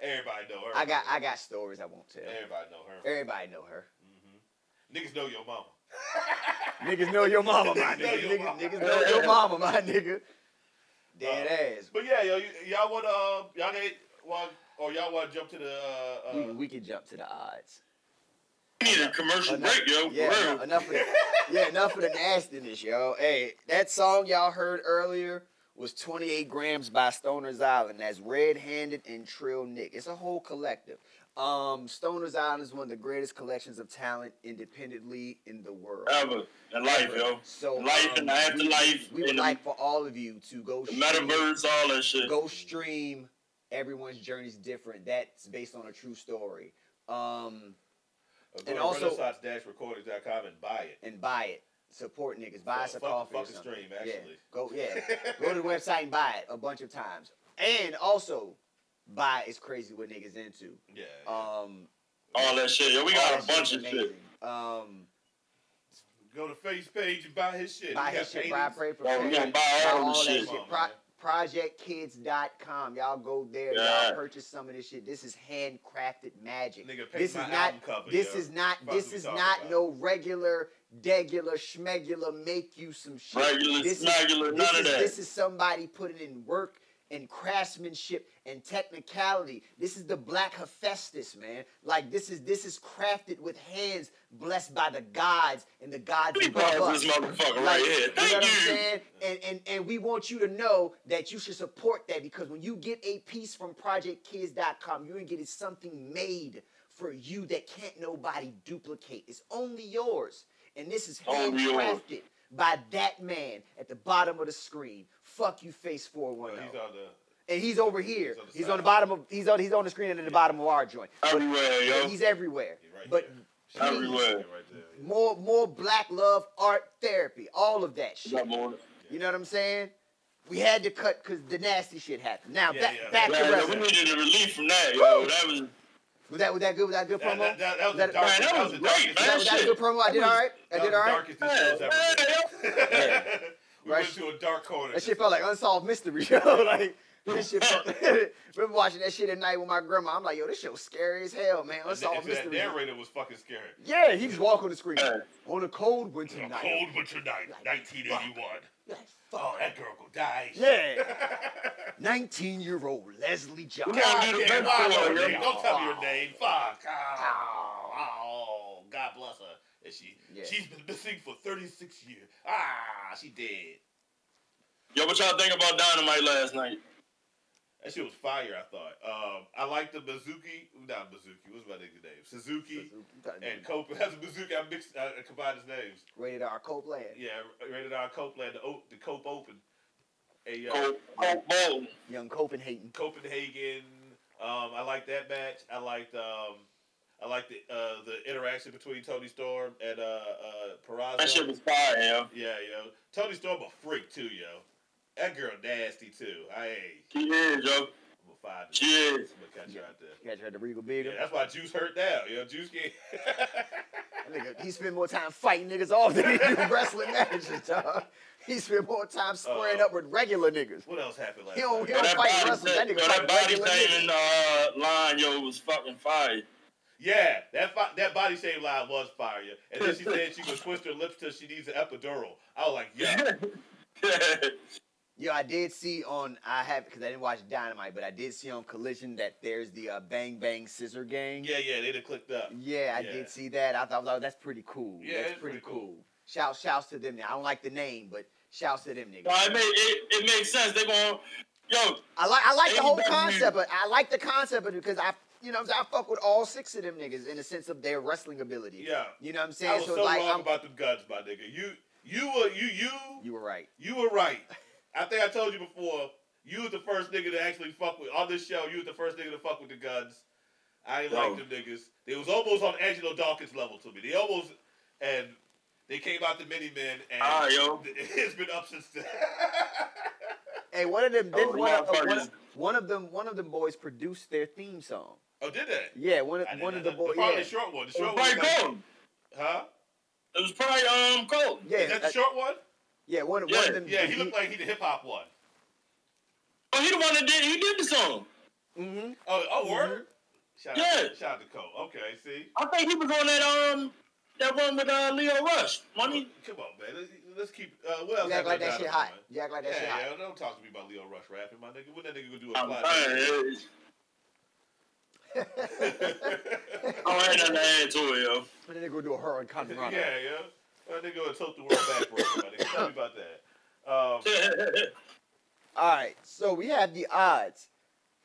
B: Everybody know her.
A: I got I got Er- stories I won't tell.
B: Everybody know her.
A: Everybody know her.
B: hmm Niggas know your mama.
A: Niggas know your mama, my
B: Niggas know
A: nigga.
B: your
A: Niggas,
B: mama. Uh,
A: niggas know your mama, my nigga. Dead ass.
B: But yeah, yo, you, y'all want to uh, y'all get want or y'all want to jump to the uh, uh,
A: We, we can jump to the odds.
C: We need a commercial
A: Enough-
C: break, yo. For
A: yeah, enough,
C: real.
A: enough of the, yeah, enough of the nastiness, yo. Hey, that song y'all heard earlier was 28 Grams by Stoner's Island. That's Red Handed and Trill Nick. It's a whole collective. Um, Stoner's Island is one of the greatest collections of talent independently in the world.
C: Ever in life, yo.
A: So um,
C: Life and the
A: we-
C: afterlife
A: We would
C: and the-
A: like for all of you to go
C: The
A: stream-
C: metaverse, all that shit.
A: go stream everyone's journey's different that's based on a true story um
B: go
A: and
B: to
A: also-
B: renaissance-recordings.com and buy it?
A: and buy it support niggas buy us a
B: Fuck the
A: coffee or
B: fucking
A: something.
B: stream,
A: Yeah.
B: actually.
A: go yeah go to the website and buy it a bunch of times and also buy is crazy what niggas into
B: Yeah.
A: um
C: All that shit, yo. We
A: all
C: got
A: that
C: a bunch
A: shit's
C: of shit.
A: amazing. um
B: Go to face page and buy his shit.
A: buy
B: He
A: his
B: got
A: shit buy
B: paintings.
A: pray for
C: Yo, we
A: Faith,
C: gonna buy all
A: all
C: this
A: that
C: shit.
A: shit.
B: Come
A: Pro-
B: on, man.
A: projectkids.com y'all go there
C: Yeah.
A: y'all purchase some of this shit this is handcrafted magic
B: Nigga, paint
A: this is
B: my
A: not
B: album cover,
A: This
B: yo.
A: is not.
B: Fuck
A: This
B: we
A: is
B: talking
A: not
B: about.
A: no regular, degular, schmegular. Make you some shit.
C: Regular,
A: this
C: smagular,
A: is,
C: none
A: this
C: of
A: is-
C: that.
A: This is somebody putting in work and craftsmanship and technicality. This is the black Hephaestus, man. Like this is this is crafted with hands blessed by the gods and the gods
C: Let me
A: above
C: pause
A: us.
C: this motherfucker
A: Like,
C: right here.
A: you know what I'm
C: Thank you.
A: saying? And, and and we want you to know that you should support that because when you get a piece from projectkids.com, you're getting something made for you that can't nobody duplicate. It's only yours. And this is
C: Only yours.
A: handcrafted by that man at the bottom of the screen. Fuck you, face
B: But he's
A: 410.
B: on the.
A: And he's over
B: He's
A: here.
B: on the
A: He's
B: side.
A: on the bottom of he's on he's on the screen and at the bottom of our joint.
C: Everywhere, yo.
A: He's everywhere.
B: He's right
A: But
B: there.
C: Everywhere.
B: Yeah, right there.
A: more more black love, art therapy, all of that shit.
C: What's up, boy?
A: You know what I'm saying? We had to cut because the nasty shit happened. Now
B: Yeah,
A: back,
B: yeah.
A: back
C: Man,
A: to
C: yo, we
A: wrestling.
C: needed a relief from that, yo. That was, man,
A: Was that was that good? Was that good
B: That, that,
A: promo?
B: that, that was
A: That-
B: the darkest.
C: that was
B: the
C: great,
B: darkest-
C: man.
A: That was that
C: shit.
A: good promo. I did all right. I
B: that was
A: did
B: the
A: all right.
B: darkest this show's ever
C: man,
B: been.
C: yo.
B: we
A: Right.
B: went to a dark corner.
A: That shit felt like unsolved mystery, yo. like that shit. Felt, remember watching that shit at night with my grandma? I'm like, yo, this show's scary as hell, man.
B: And that-
A: Unsolved
B: that
A: mystery.
B: narrator was fucking scary.
A: Yeah, he just walked on the screen
C: Yeah.
A: on a cold winter
B: A
A: night.
B: cold winter night, 1981.
A: Like,
B: Oh,
A: fuck.
B: that girl go die.
A: Yeah, 19 year old Leslie Johnson.
C: Yeah,
B: God
C: dude,
B: damn,
C: that's
B: I know
C: cool,
B: her
C: yo.
B: name. Don't tell me your name. Fuck. Oh, oh, God bless her. And she,
A: Yeah.
B: She's been missing for 36 years. Ah, she dead.
C: Yo, what y'all think about Dynamite last night?
B: That shit was fire, I thought. Um, I like the Mizuki. Not Mizuki. What's my nigga name? Suzuki and Copeland. That's Mizuki. I mixed, I I combined his names.
A: Rated R Copeland.
B: Yeah, rated R Copeland, the, o- the Cope Open. Hey, uh,
C: Colt, Colt Bolton.
A: Young Copenhagen.
B: Copenhagen. Um, I liked that match. I liked um, I liked the uh, the interaction between Tony Storm and uh, uh, Peraza.
C: That shit was fire, yo.
B: yeah, yo. Tony Storm a freak too, yo. That girl nasty too. I ain't.
C: She is, yo.
B: I'm gonna find her.
C: She is.
B: I'm gonna catch her out there.
A: You guys heard the Regal Bigger?
B: Yeah, that's why Juice hurt now, yo. Juice can't.
A: That Nigga, he spend more time fighting niggas off than he do wrestling matches, dog. He spend more time squaring
B: Uh,
A: up with regular niggas.
B: what else happened last
A: He don't-
B: night?
A: he
C: Yo,
A: don't-
C: that
A: fight
C: body,
A: wrestlers, that
C: thing-
A: nigga
C: yo, that
A: fight
C: body
A: regular
C: thing in the uh, line, yo, was fucking fire.
B: Yeah, that fi- that body shave line was fire, yo. And then she said she could twist her lips till she needs an epidural. I was like, yeah.
A: Yo, I did see on I have because I didn't watch Dynamite, but I did see on Collision that there's the uh, Bang Bang Scissor Gang.
B: Yeah, yeah, they done clicked up.
A: Yeah, I
B: Yeah.
A: did see that. I thought, oh, that's pretty cool.
B: Yeah,
A: that's
B: it's pretty cool.
A: Shout, shouts to them. I don't like the name, but shouts to them niggas.
C: Well, it, made, it, it makes sense. They going, yo,
A: I like I like the whole
C: AEW.
A: concept, but I like the concept of it because I you know what I'm saying, I fuck with all six of them niggas in the sense of their wrestling ability.
B: Yeah.
A: You know what I'm
B: I
A: saying?
B: was
A: So,
B: so,
A: like
B: wrong
A: I'm,
B: about them guns, my nigga. You you were you you
A: you were right.
B: you were right. I think I told you before. You was the first nigga to actually fuck with on this show. You was the first nigga to fuck with the guns. I ain't
C: Yo.
B: like them niggas. They was almost on Angelo Dawkins level to me. They almost and they came out the mini men and
C: ah, yo.
B: it's been up since then.
A: Hey, one of them,
C: Oh,
A: then one, of, uh, one,
C: motherfuckers.
A: of, one of them, one of them boys produced their theme song.
B: oh, did they?
A: Yeah, one of
B: I didn't
A: one
B: know
A: of the
B: that.
A: boys.
B: probably
A: Yeah,
B: the short one. The
C: It was
B: short one,
C: probably
B: was like-
C: Colton.
B: huh?
C: It was probably um, Colton.
A: yeah,
B: Is that the
A: uh,
B: short one?
A: yeah, one, of-
C: Yeah,
A: one of them.
B: Yeah, he looked like he the hip hop one.
C: Oh, he the one that did, he did the song.
A: hmm
B: Oh, oh, word. Shout out,
C: Mm-hmm. Yeah.
B: shout out to Cole. Okay, see.
C: I think he was on that, um, that one with uh, Leo Rush. Money.
B: Come on, man. Let's, let's keep. Uh, what else?
A: You act like
B: happened
A: that
B: in
A: shit
B: Dynamite,
A: hot.
B: man?
A: You act like that
B: Yeah,
A: shit hot.
B: yeah. Don't talk to me about Leo Rush rapping, my nigga. What that nigga gonna do? A
C: I'm
B: fly
C: tired.
B: nigga?
C: It- I don't have nothing to add to it, yo.
A: And then they go do a her and come
B: yeah,
A: run.
B: yeah. That nigga gonna tilt the world back for everybody. Tell me about that. Um,
A: All right, so we have the odds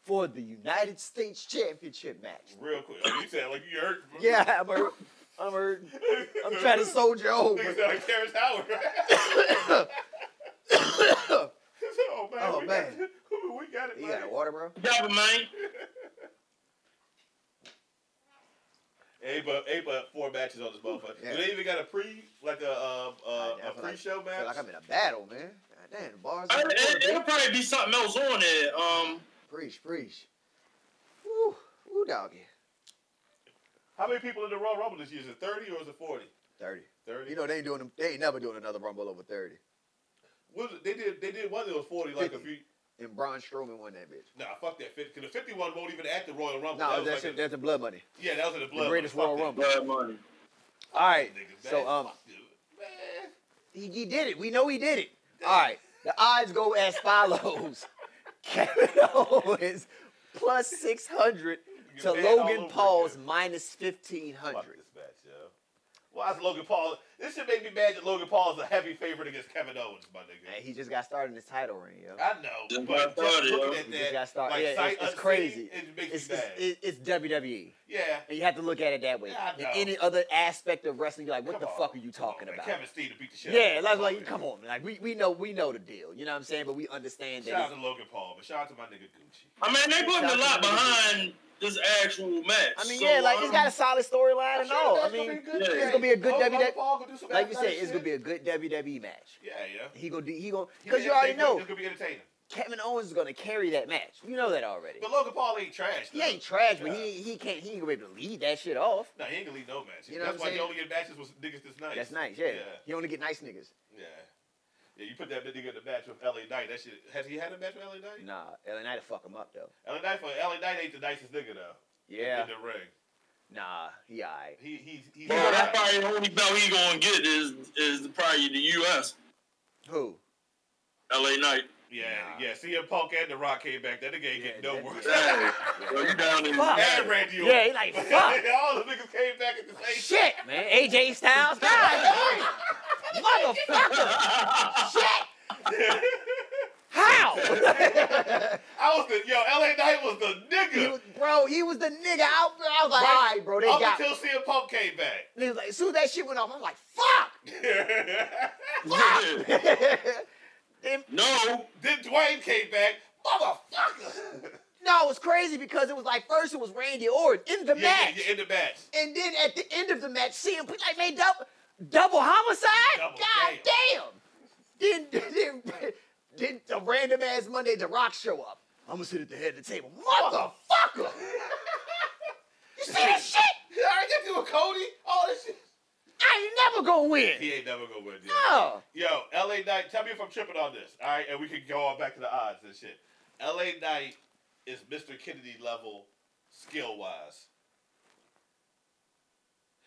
A: for the United States Championship match.
B: real quick. Oh, you sound like you hurt.
A: Yeah, I'm hurt. I'm hurt. I'm trying to soldier over.
B: Nigga sound like Terrence Howard. Right? oh man.
A: Oh,
B: we
A: man.
B: Got it. We got it.
A: you got a
B: man.
A: water, bro?
C: Drop it, man.
B: Hey, but hey, but four matches on this motherfucker.
A: Yeah.
B: Do they even got a pre like a um, uh,
A: I
B: a
A: feel like-
B: pre-show
A: I feel
B: match?
A: like I'm in a battle, man. God damn, the bars.
C: I-
A: on the
C: It,
A: water,
C: it'll
A: baby.
C: probably be something else on there. Um,
A: Preach, preach. Woo, woo, doggy.
B: How many people in the Royal Rumble this year? Is it thirty or is it forty?
A: Thirty.
B: Thirty.
A: You know they ain't doing them. They ain't never doing another rumble over thirty.
B: What was it? they did they did one that was forty like a
A: 50.
B: few.
A: And Braun Strowman won that bitch.
B: Nah, fuck that fifty. Cause the fifty-one won't even at the Royal Rumble.
A: No,
B: that was
A: that's
B: like
A: it-
B: a-
A: that's the blood money.
B: yeah, that was in the blood.
A: greatest
B: Fuck
A: Royal
B: that.
A: Rumble.
C: blood money.
A: All right.
B: Niggas,
A: So
B: man,
A: um,
B: fuck, dude. Man.
A: he, he did it. We know he did it. All right. The odds go as follows. Kevin Owens plus 600
B: You
A: to
B: bad all
A: Logan
B: over
A: Paul's
B: again.
A: minus
B: Fuck
A: 1,500.
B: this match, yo. Why is Logan Paul? This should make me mad that Logan Paul is a heavy favorite against Kevin Owens, my nigga.
A: Man, he just got started in his title reign, yo.
B: I know,
C: Just
B: but
C: got started,
B: just looking
C: yo.
B: at
A: You
B: that,
A: just got started.
B: like
A: Uh, Yeah,
B: sight
A: it's- it's
B: unseen,
A: crazy.
B: It makes
A: It's,
B: me
A: it's,
B: mad.
A: it- it's E. WWE.
B: yeah,
A: And you have to look at it that way.
B: Yeah, I
A: In
B: know.
A: any other aspect of wrestling, you're like, what
B: Come
A: the
B: on.
A: fuck are you
B: Come on,
A: talking
B: man.
A: about?
B: Kevin Steen to beat the shit.
A: yeah,
B: out of
A: like,
B: him.
A: like,
B: man.
A: come on, man. Like, we, we know we know the deal. You know what I'm saying? But we understand that.
B: Shout out
A: it's-
B: to Logan Paul, but shout out to my nigga Gucci.
C: I mean, they putting a lot behind this actual match.
A: I mean,
C: so,
A: yeah, like,
C: um,
A: it's got a solid storyline and all. I
B: That's
A: mean,
B: gonna be a good
C: yeah.
B: shit.
C: it's
A: gonna be a good
B: Logan
A: WWE
B: Paul gonna do some
A: like you said,
B: athletic
A: it's gonna be
B: shit.
A: a good WWE match.
B: Yeah, yeah.
A: He gonna do, he gonna
B: He
A: because
B: did
A: you already
B: everything,
A: know
B: It's gonna be entertaining.
A: Kevin Owens is gonna carry that match. You know that already.
B: But Logan Paul ain't trash. Though.
A: He ain't trash, but he he can't he ain't gonna be able to lead that shit off.
B: No, he ain't gonna leave no match.
A: You know
B: That's
A: what
B: why
A: I'm
B: he
A: saying?
B: only get matches with niggas this nice.
A: That's nice, yeah.
B: Yeah.
A: He only get nice niggas.
B: Yeah. Yeah, you put that nigga in the match with LA Knight. That shit. Has he had a match with LA Knight?
A: Nah, LA Knight will fuck him up though.
B: LA Knight for LA Knight ain't the nicest nigga though.
A: Yeah.
B: In the ring.
A: Nah, he alright.
B: He he's he's.
C: Bro, that's probably the only belt he gonna get is is probably the U.S.
A: Who?
C: L.A. Night.
B: Yeah,
A: Nah.
B: yeah. CM Punk and The Rock came back. That nigga ain't getting
A: Yeah,
B: no
A: that-
B: worse.
C: Hey, bro, you down in
A: Fuck.
B: and Randy Orton.
A: Yeah, he like, fuck.
B: All the niggas came back at the same
A: Shit, man. AJ Styles. God damn. Motherfucker.
B: time.
A: How?
B: I was the yo. LA Knight was the
A: He
B: nigga.
A: was- bro, he was the nigga out there. I was like,
B: Right.
A: alright, bro, they
B: up
A: got
B: until CM Punk came back.
A: me. He was like, as soon as that shit went off, I'm like, fuck!
C: Yeah.
A: Then-
C: No,
B: then Dwayne came back. Motherfucker.
A: no, it was crazy because it was like first it was Randy Orton in the
B: yeah,
A: match.
B: Yeah, yeah, in the match.
A: And then at the end of the match, CM Punk like made double double homicide.
B: Double,
A: God damn. Then then then a random ass Monday The Rock show up. I'm gonna sit at the head of the table, motherfucker. you see that shit?
B: Yeah, I get you a Cody. All this shit.
A: I ain't never gonna win.
B: He ain't never gonna win. yeah.
A: No.
B: Yo, LA Knight, tell me if I'm tripping on this, all right? And we can go on back to the odds and shit. LA Knight is Mr. Kennedy level skill wise.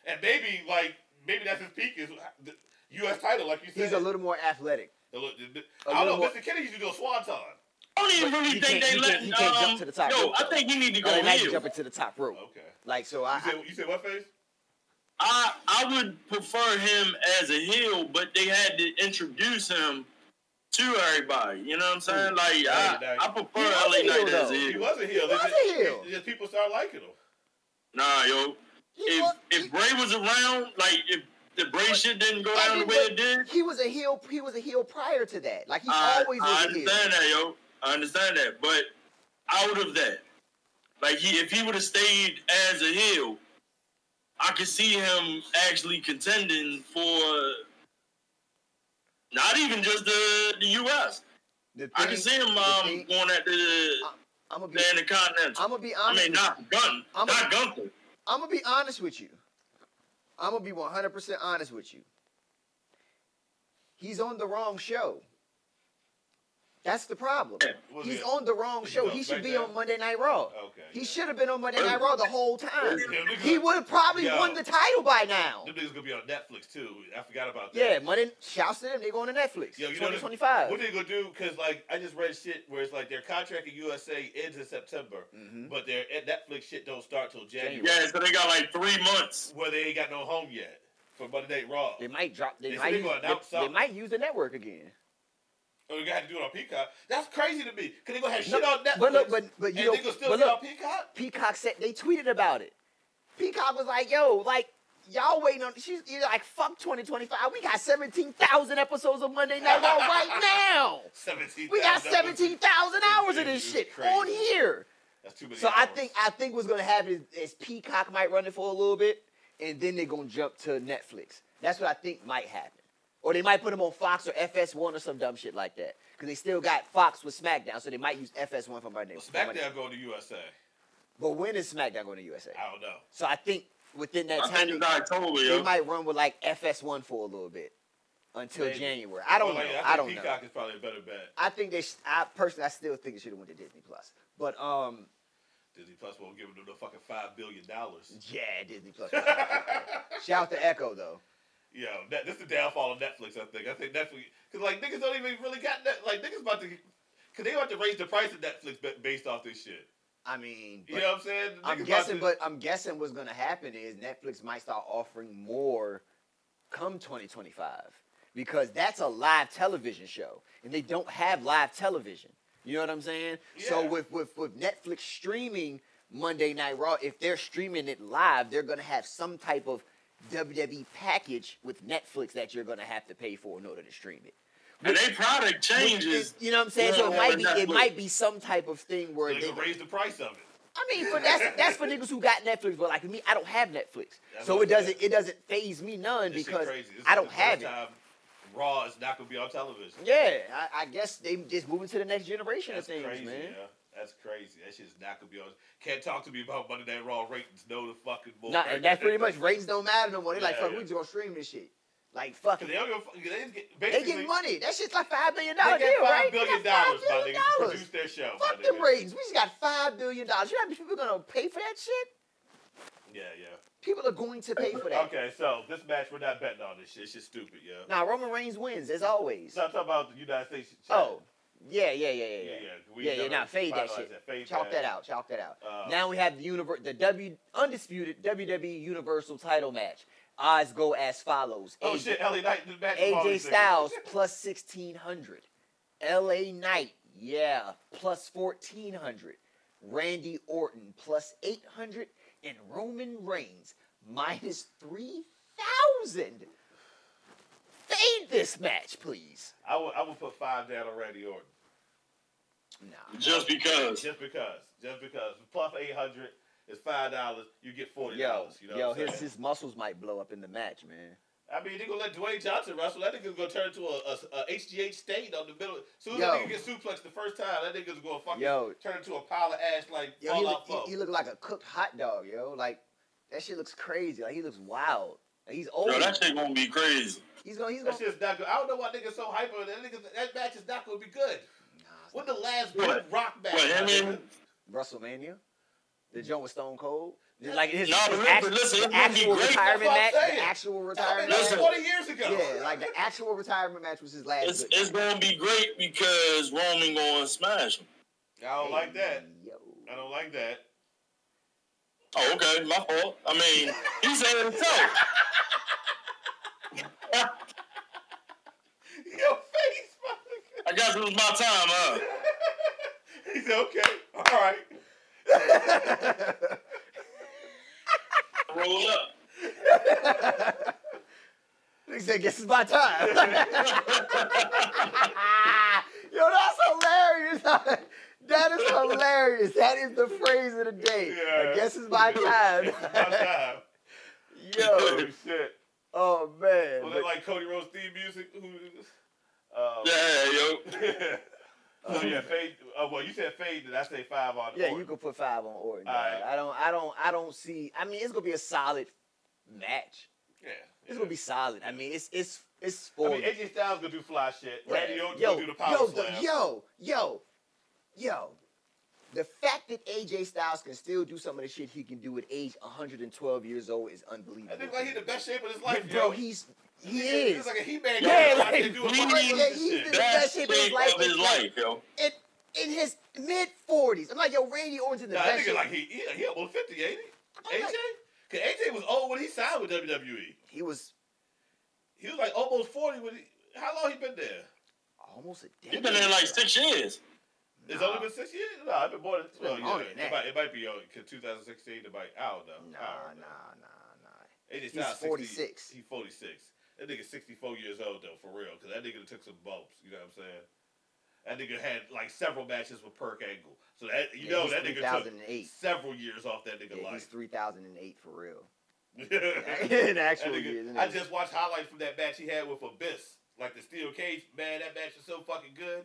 B: And maybe, like, maybe that's his peak is the U.S. title, like you said.
A: He's a little more athletic.
B: A little- the-
A: a
B: I
A: little
B: don't know,
A: more-
B: Mr. Kennedy used to do a swanton.
C: I don't even
A: But
C: really
A: you
C: think
A: can't-
C: they
A: you
C: let.
A: can't- you can't
C: um,
A: jump to the top
C: Yo,
A: rope,
C: I
A: though.
C: think you need to go
A: Now he's
C: heel.
A: jumping to the top rope.
B: Okay.
A: Like so, I,
B: You said, you said what face?
C: I I would prefer him as a heel, but they had to introduce him to everybody. You know what I'm saying? Like I, I prefer
A: He was a
C: LA
A: heel,
C: Knight as a
A: though.
B: He
C: heel.
B: was a heel.
A: He was
B: It's just-
A: a heel.
B: it's Just people start liking him.
C: Nah, yo.
A: he,
C: If
A: was,
C: if Bray was around, like if the Bray shit didn't go down the way it did,
A: he was a heel. He was a heel prior to that. Like he
C: I,
A: always
C: I
A: was a heel.
C: understand that, yo. I understand that, but out of that, like he, if he would have stayed as a heel, I could see him actually contending for not even just the the U.S.
A: The thing,
C: I can see him um,
A: thing-
C: going at the
A: I'm gonna be.
C: the Intercontinental.
A: I'm gonna be
C: I
A: honest.
C: mean, not Gun,
A: I'm a-
C: not Gunther.
A: I'm gonna be honest with you. I'm gonna be 100% honest with you. He's on the wrong show. That's the problem.
B: Was
A: He's
B: it-
A: on the wrong
B: He's
A: show.
B: on
A: He should be
B: SmackDown?
A: on Monday Night Raw.
B: Okay.
A: He
B: yeah.
A: should have been on Monday Night Raw the whole time.
B: Yeah, niggas-
A: He would have probably
B: Yo.
A: won the title by now.
B: Them niggas gonna be on Netflix too. I forgot about that.
A: Yeah, Monday. Shouts to them. They going to Netflix.
B: Yo, you know this-
A: 2025.
B: What they gonna do? Cause like I just read shit where it's like their contract in USA ends in September,
A: Mhm.
B: but their eh, Netflix shit don't start till January.
A: January.
C: Yeah, so they got like three months.
B: Where they ain't got no home yet for Monday Night Raw.
A: They might drop. They,
B: They said
A: might
B: they
A: use,
B: gonna
A: they,
B: announce something.
A: they might use the network again.
B: Or Oh, they gonna have to do it on Peacock. That's crazy to me. Cause they gonna have shit
A: No,
B: on Netflix.
A: but look, but but you
B: and
A: know,
B: they gonna still
A: but
B: be
A: look,
B: on Peacock.
A: Peacock said they tweeted about it. Peacock was like, "Yo, like y'all waiting on she's you're like fuck 2025. We got 17,000 episodes of Monday Night Raw right now.
B: Seventeen.
A: We got 17,000 hours of this
B: It's
A: shit
B: crazy.
A: on here."
B: That's too many.
A: So I
B: hours.
A: think I think what's gonna happen is, is Peacock might run it for a little bit, and then they're gonna jump to Netflix. That's what I think might happen, or they might put them on Fox or FS1 or some dumb shit like that, because they still got Fox with SmackDown, so they might use FS1 for Monday. for Monday.
B: SmackDown going to USA.
A: But when is SmackDown going to USA?
B: I don't know.
A: So I think within that
C: I
A: time
C: think
A: they,
C: it's October,
A: they
C: yo.
A: might run with like FS1 for a little bit until
B: Maybe.
A: January. I don't
B: But, like,
A: know.
B: I, think
A: I, don't know.
B: Peacock is probably a better bet.
A: I think they. Sh- I personally, I still think it should have went to Disney Plus. But um,
B: Disney Plus won't give them the fucking five billion dollars.
A: yeah, Disney Plus. Shout out to Echo though.
B: Yo, that, this is the downfall of Netflix. I think. I think Netflix because like niggas don't even really got net, like niggas about to Cause they about to raise the price of Netflix ba- based off this shit.
A: I mean,
B: You
A: but
B: know what I'm saying? Niggas
A: I'm
B: about
A: guessing,
B: to-
A: but I'm guessing what's gonna happen is Netflix might start offering more come 2025 because that's a live television show, and they don't have live television. You know what I'm saying? So
B: Yeah.
A: with, with with Netflix streaming Monday Night Raw, if they're streaming it live, they're gonna have some type of WWE package with Netflix that you're gonna have to pay for in order to stream it.
C: And they product
A: Which
C: changes.
A: is- you know what I'm saying? So it
C: Yeah,
A: might be it
C: Netflix.
A: might be some type of thing where
B: they
A: they
B: gonna raise the price of it.
A: I mean, for that's that's for niggas who got Netflix, but like me, I don't have Netflix,
B: That's
A: so
B: what
A: it
B: I'm
A: doesn't
B: saying.
A: it doesn't phase me none
B: This shit
A: because
B: crazy. This
A: I
B: is
A: don't
B: the
A: have
B: first
A: it.
B: time Raw is not gonna be on television.
A: Yeah, I, I guess they just moving to the next generation
B: That's
A: of things,
B: crazy,
A: man.
B: yeah. That's crazy. That shit's not gonna be on. Can't talk to me about Monday Night Raw ratings. No, the fucking more.
A: Nah, and that's pretty much ratings don't matter no more. They like
B: Yeah,
A: fuck,
B: yeah.
A: we just gonna stream this shit. Like fuck,
B: Cause
A: it.
B: they don't give a fuck. They get,
A: they
B: basically,
A: get money. That shit's like five million
B: They
A: dollar deal,
B: get
A: right?
B: five
A: They
B: billion
A: got five
B: dollars, my
A: billion
B: nigga, to produce
A: dollars.
B: their show. my
A: Fuck them
B: nigga.
A: ratings. We just got five billion dollars. You know how many people gonna pay for that shit?
B: Yeah, yeah.
A: People are going to pay for that.
B: Okay, so this match, we're not betting on this shit. It's just stupid, yeah.
A: Now Roman Reigns wins as always.
B: So I'm talking about the United States.
A: Oh, yeah, yeah, yeah, yeah,
B: yeah,
A: yeah.
B: We
A: yeah, yeah.
B: never
A: Now fade that
B: finalized
A: shit.
B: Fade
A: Chalk that out. Chalk that out.
B: Uh,
A: now we have the univer- the W undisputed WWE Universal Title match. Odds go as follows:
B: Oh
A: AJ,
B: shit, LA Knight in the match. with all
A: AJ
B: these niggas.
A: Styles plus sixteen hundred, LA Knight, yeah, plus fourteen hundred, Randy Orton plus eight hundred, and Roman Reigns minus three thousand. Fade this match, please.
B: I would, I would put five down on Randy Orton.
A: Nah.
C: Just because.
B: Just because. Just because. Plus 800 is $5. You get $40.
A: Yo,
B: you know
A: yo,
B: what I'm
A: his,
B: saying?
A: his muscles might blow up in the match, man.
B: I mean, they're going to let Dwayne Johnson wrestle. That nigga's going to turn into a, a, a HGH stain on the middle. As soon as that
A: Yo.
B: nigga gets suplexed the first time, that nigga's going to fucking
A: Yo.
B: turn into a pile of ash like
A: Yo, he look,
B: Fallout
A: he, he
B: 4.
A: look like a cooked hot dog, yo. Like that shit looks crazy. Like he looks wild. Like, he's old.
C: Bro, that shit gonna be crazy.
A: he's gonna. He's gonna.
B: That shit's not good. I don't know why niggas so hyper. That, nigga, that match is not going to be good.
A: nah, it's
B: What the
A: not-
B: last
C: What?
B: big rock match?
C: What, him
B: my nigga?
C: and-
A: WrestleMania? The joint with Stone Cold. Just Like his,
C: No,
A: his
C: remember,
A: act-
C: listen, it's
A: the
C: gonna be
A: actual
C: great,
A: retirement match.
B: that's what I'm
A: The
B: saying. I
A: actual
B: mean,
A: retirement
B: that was
C: Listen.
A: match.
B: 20 years ago.
A: Yeah, like the actual retirement match was his last.
C: It's,
A: good
C: it's
A: match.
C: gonna be great because Roman gonna smash him.
B: I don't like that.
A: Yo.
B: I don't like that.
C: Oh, okay, my fault. I mean, he said it himself.
B: Your face, motherfucker.
C: I guess it was my time, huh?
B: He said, okay, all right.
C: Roll up.
A: He said, "Guess it's my time." Yo, that's hilarious. That is hilarious. That is the phrase of the day.
B: Yeah.
A: I guess it's my time.
B: It's my time.
A: Yo,
B: Oh, shit.
A: oh man.
B: Was
A: But-
B: it like Cody Rhodes theme music? Who? Um,
C: Yeah, yo.
B: so yeah, fade. Uh, well, you said fade, and I say five on.
A: Yeah,
B: Orton.
A: you could put five on Orton. dog.
B: Alright.
A: I don't, I don't, I don't see. I mean, it's gonna be a solid match.
B: Yeah,
A: It's gonna be solid. I mean, it's it's it's for
B: I mean, AJ Styles gonna do fly shit. Randy Orton's
A: yo,
B: gonna do the power
A: yo,
B: slam.
A: the- yo, yo, yo. The fact that AJ Styles can still do some of the shit he can do at age 112 years old is
B: That
A: unbelievable.
B: nigga like he in the best shape of his life,
A: bro,
B: yo.
A: he's
B: Nigga,
A: he
B: he's
A: is.
B: like a he man.
C: Yeah,
A: like,
B: doing
C: he-
A: yeah, he's
B: shit.
A: the-
C: Best
A: shit
C: shit
A: is like-
C: of his life, yo.
A: in, in his mid 40s. I'm like, yo, Randy Orton's in the
B: Nah, that
A: best
B: nigga
A: shape.
B: like he he, he almost fifty, ain't he?
A: I'm
B: AJ,
A: like-
B: cause AJ was old when he signed with WWE.
A: he was
B: He was like almost forty when he. How long he been there?
A: almost a
C: He
A: decade.
C: been there like
A: bro.
C: six years.
B: It's
A: Nah.
B: only been six years. No, I've been more than. Well,
A: been
B: yeah,
A: longer than
B: it,
A: that.
B: might, it might be uh, 2016. It might. I don't know.
A: Nah,
B: I don't
A: nah,
B: know.
A: nah,
B: AJ
A: He's
B: Styles 60
A: 46.
B: He's 46. That nigga 64 years old though, for real. Cause that nigga done took some bumps. You know what I'm saying? That nigga had like several matches with Perk Angle. So that you know
A: Yeah, he's
B: that nigga took
A: 3008.
B: several years off that nigga
A: nah. Yeah, he's
B: life.
A: 3008 for real.
B: That
A: in actual
B: nigga-
A: years. in
B: I
A: actual-
B: just watched highlights from that match he had with Abyss, like the steel cage. Man, that match was so fucking good.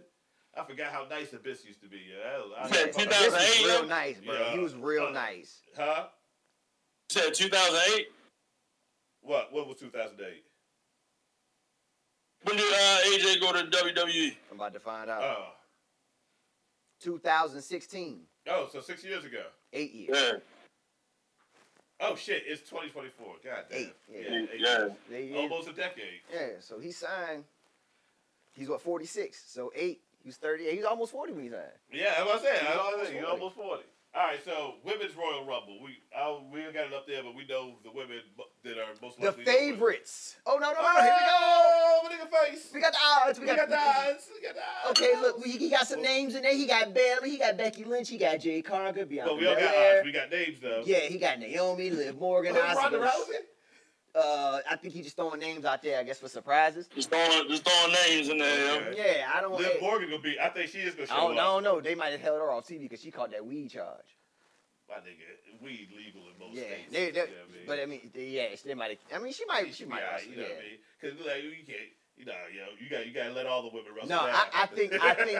B: I forgot how nice Abyss used to be. Yeah, that was- I-
C: Yeah,
B: I-
A: This was
C: 2008,
A: real
C: yeah.
A: nice, bro.
B: Yeah.
A: He was real
B: Uh,
A: nice.
B: Huh?
C: Said 2008.
B: What? What was 2008?
C: When did uh, AJ go to E? WWE?
A: I'm about to find out.
B: Oh,
A: 2016,
B: oh, so six years ago.
A: eight years.
C: Yeah,
B: Oh shit, it's 2024. God damn.
A: Eight, yeah.
B: Yeah, eight
C: yeah.
B: years.
A: They-
B: Almost a decade.
A: yeah, so he signed. He's what 46, so eight He was 38. He was almost 40 when he signed.
B: Yeah, that's what I said.
A: He's
B: That's what I
A: almost
B: said. He's
A: 40.
B: almost forty. All right, so women's Royal Rumble. We I, we ain't got it up there, but we know the women bu- that are most
A: The
B: likely to win.
A: favorites. Oh no, no, no, no. Here we go.
B: Oh, we nigga face.
A: We got the odds.
B: Ah. We got the eyes. We got the eyes.
A: Okay, look, we, he got some names in there. He got Bailey, he got Becky Lynch, he got Jay Cargill, Bianca
B: But we don't got
A: Belair.
B: eyes. We got names though.
A: yeah, he got Naomi, Liv Morgan,
B: Oh, Ronda
A: Asuka.
B: Rousey.
A: Uh, I think he just throwing names out there, I guess, for surprises.
C: Just throwing, just throwing names in there.
B: Okay.
A: Yeah, I don't.
B: Liv
A: eh,
B: Morgan gonna be. I think she is gonna show
A: I don't, I
B: up.
A: don't know. They might have held her off TV because she caught that weed charge.
B: My nigga, weed legal in most
A: yeah,
B: states.
A: they,
B: you know
A: they,
B: what I mean?
A: but I mean, they, yeah, they might. I mean, she might. She
B: be
A: might.
B: all right,
A: wrestle,
B: you know
A: yeah.
B: what I mean? Because like you can't, you know, yo, you got you got to let all the women wrestle.
A: No, I-
B: down.
A: I think- I think-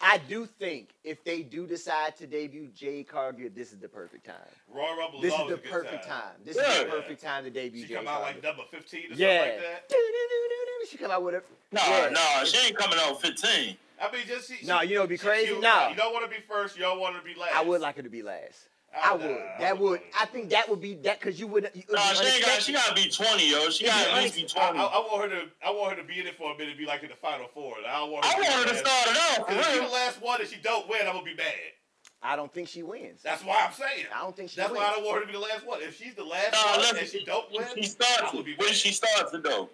A: I do think if they do decide to debut Jay Cargill, this is the perfect time.
B: Royal Rumble
A: This
B: is
A: is
B: always
A: the
B: a good
A: perfect
B: time.
A: time. This is
C: Yeah.
A: the perfect time to debut
B: She
A: Jay
B: come out
A: Cargill.
B: like number fifteen or
A: yeah.
B: something like that.
A: Do-do-do-do-do. She come out with a
C: No,
A: yeah.
C: no, she ain't coming out 15.
B: I mean, just she,
A: No,
B: she-
A: you know, it'd be
B: she-
A: crazy.
B: You,
A: No.
B: you don't want to be first. You don't want to be last.
A: I would like her to be last. I
B: don't
A: would.
B: know,
A: that
B: don't
A: would.
B: know.
A: I think that would be that because you would. You,
C: No,
A: it would be
C: she ain't got. She
A: unexpected.
C: gotta be 20, yo. She gotta at least be
B: I,
C: 20.
B: I,
C: I,
B: I want her to. I want her to be in it for a minute, be like in the final four. And I don't want. Her
C: want her to
B: be last.
C: start it out for
B: 'Cause If she the
C: real.
B: last one and she don't win, I'm gonna be mad.
A: I don't think she wins.
B: That's why I'm saying.
A: I don't think she
B: That's
A: wins.
B: why I don't want her to be the last one. If she's the last
C: Nah,
B: one
C: listen,
B: and she don't win,
C: She starts
B: I would be
C: it. When
B: mad.
C: she starts it though.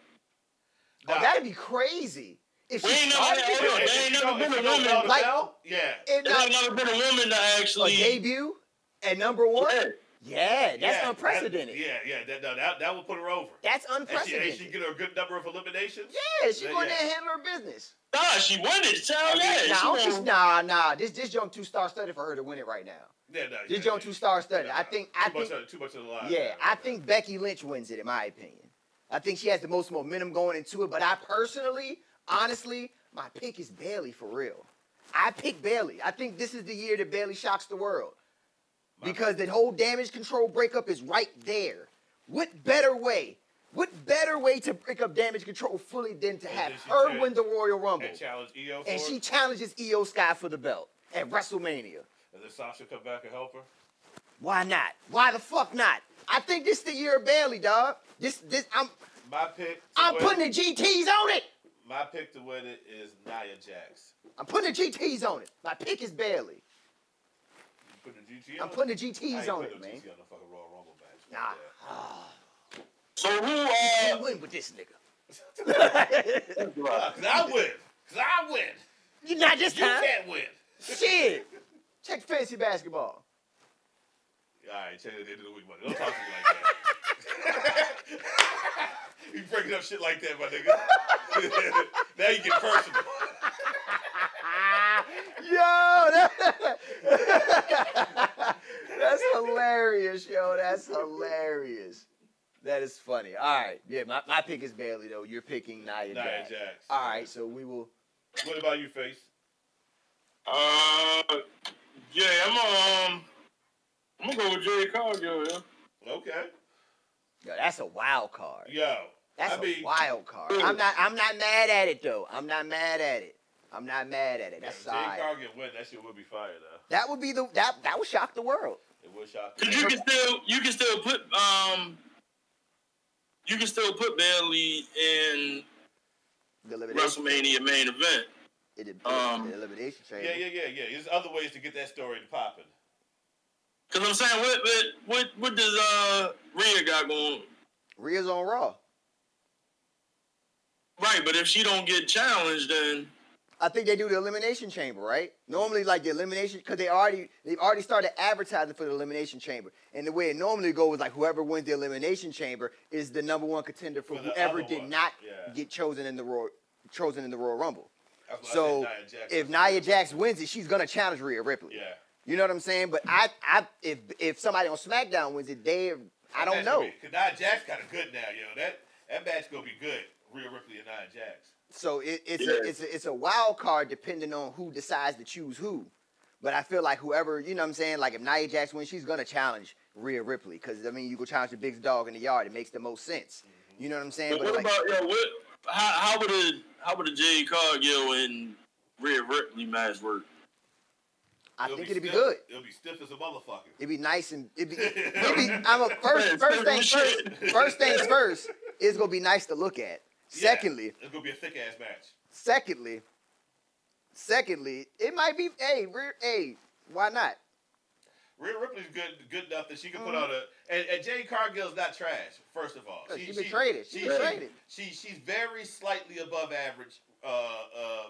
A: Oh,
B: Nah.
A: that'd be crazy. If
C: We
A: she
C: ain't never
A: started
C: had-
A: it,
C: hold on,
B: If
C: there
B: she
C: ain't never
B: don't-
C: been
B: if
C: a
B: she don't
C: woman-
B: know the
A: Like-
B: bell, yeah.
A: and
C: There's
A: not
C: never been a woman to
A: a
C: actually.
A: debut at number one.
C: Yeah.
A: Yeah, that's
B: yeah,
A: unprecedented.
B: That, yeah, yeah, that, no, that that will put her over.
A: That's
B: And she,
A: unprecedented.
B: and she get a good number of eliminations.
A: yeah, she
B: Yeah,
A: going there
B: yeah.
A: and handle her business.
C: Nah, she won it. Tell that.
A: nah, I
C: she
A: don't
C: won.
A: think- nah, nah. This this young two star studded for her to win it right now.
B: Yeah, no, yeah,
A: This young
B: yeah.
A: two star studded.
B: Nah,
A: I think.
B: Too
A: I
B: much
A: think.
B: of, too much of the line.
A: Yeah, I think Becky Lynch wins it in my opinion. I think she has the most momentum going into it. But I personally, honestly, my pick is Bailey for real. I pick Bailey. I think this is the year that Bailey shocks the world. because that whole damage control breakup is right there. What better way? What better way to break up damage control fully than to
B: And
A: have
B: then she
A: her
B: said-
A: win the Royal Rumble?
B: and challenge EO for
A: And she
B: it.
A: challenges EO Sky for the belt at WrestleMania.
B: And then Sasha come back and help her.
A: Why not? Why the fuck not? I think this the year of Bailey, dog. This this I'm
B: My pick. To
A: I'm
B: win,
A: putting the GTs on it.
B: My pick to win it is Nia Jax.
A: I'm putting the GTs on it. My pick is Bailey.
B: You put the GT
A: I'm
B: on
A: putting
B: I
A: the GTs
B: ain't
A: on
B: putting
A: it,
B: no
A: man.
B: GT on the fucking Royal Rumble match. Fuck
A: Nah.
B: that.
A: Ah,
C: So who?
A: can't
C: Uh,
A: win with this nigga.
B: Nah, Cause I win. Cause I win.
A: you not this
B: You
A: time.
B: can't win.
A: Shit. Check fantasy basketball.
B: All right, check it at the end of the week, buddy. Don't talk to me like that. you breaking up shit like that, my nigga. now you get personal.
A: Ah, Yo, that- that's hilarious, yo. That's hilarious. That is funny. All right. Yeah, my, my pick is Bailey, though. You're picking Nia
B: Nia
A: Jax.
B: Jax.
A: All right, so we will.
B: What about you, Face?
C: uh, yeah, I'm um, I'm gonna go with Jerry Cargill. Yeah.
B: Okay.
A: Yo, that's a wild card.
B: Yo.
A: That's
B: I
A: a
B: mean-
A: wild card. I'm not. I'm not mad at it though. I'm not mad at it. I'm not mad at it. That's
B: Jay
A: side.
B: Cargill win. That shit would be fire, though.
A: That would be the that that would shock the world.
B: It would shock
C: Cause you can still you can still put um you can still put Bailey in
A: The elimination.
C: WrestleMania main event.
A: it- it-
C: Um,
A: the elimination chamber.
B: Yeah, yeah, yeah, yeah. There's other ways to get that story to popping.
C: Cause I'm saying what what what, what does uh Rhea got going?
A: Rhea's on Raw.
C: Right, but if she don't get challenged, then
A: I think they do the elimination chamber, right? Normally, like the elimination, because they already they've already started advertising for the elimination chamber. And the way it normally goes, like whoever wins the elimination chamber is the number one contender for,
B: For the
A: whoever
B: other
A: did
B: one,
A: not
B: yeah.
A: get chosen in the Royal chosen in the Royal Rumble.
B: That's why I
A: So,
B: said Nia Jax.
A: If Nia Jax wins it, she's gonna challenge Rhea Ripley.
B: Yeah.
A: You know what I'm saying? But I, I, if if somebody on SmackDown wins it, they, I don't
B: That's
A: know.
B: gonna be- Cause Nia Jax kind of good now, yo. That that match gonna be good. Rhea Ripley and Nia Jax.
A: So it, it's
C: Yeah.
A: a, it's a, it's a wild card depending on who decides to choose who. But I feel like whoever, you know what I'm saying, like if Nia Jax wins, she's gonna challenge Rhea Ripley. Cause I mean you go challenge the biggest dog in the yard, it makes the most sense. You know what I'm saying?
C: but what
A: like,
C: about yo what how how would a how would a Jay Cargill and Rhea Ripley match work?
A: I think it'd be
B: stiff.
A: good.
B: It'll be stiff as a motherfucker.
A: It'd be nice and it'd be, it'd be I'm a first first things first
C: Shit.
A: first things first, it's gonna be nice to look at.
B: Yeah.
A: Secondly,
B: it's gonna be a thick ass match.
A: secondly, Secondly, it might be hey, rear hey, why not?
B: Rhea Ripley's good good enough that she can
A: Mm-hmm.
B: put on a and, and Jane Cargill's not trash. First of all,
A: Good, she betrayed it. She betrayed it.
B: She she's very slightly above average uh, uh,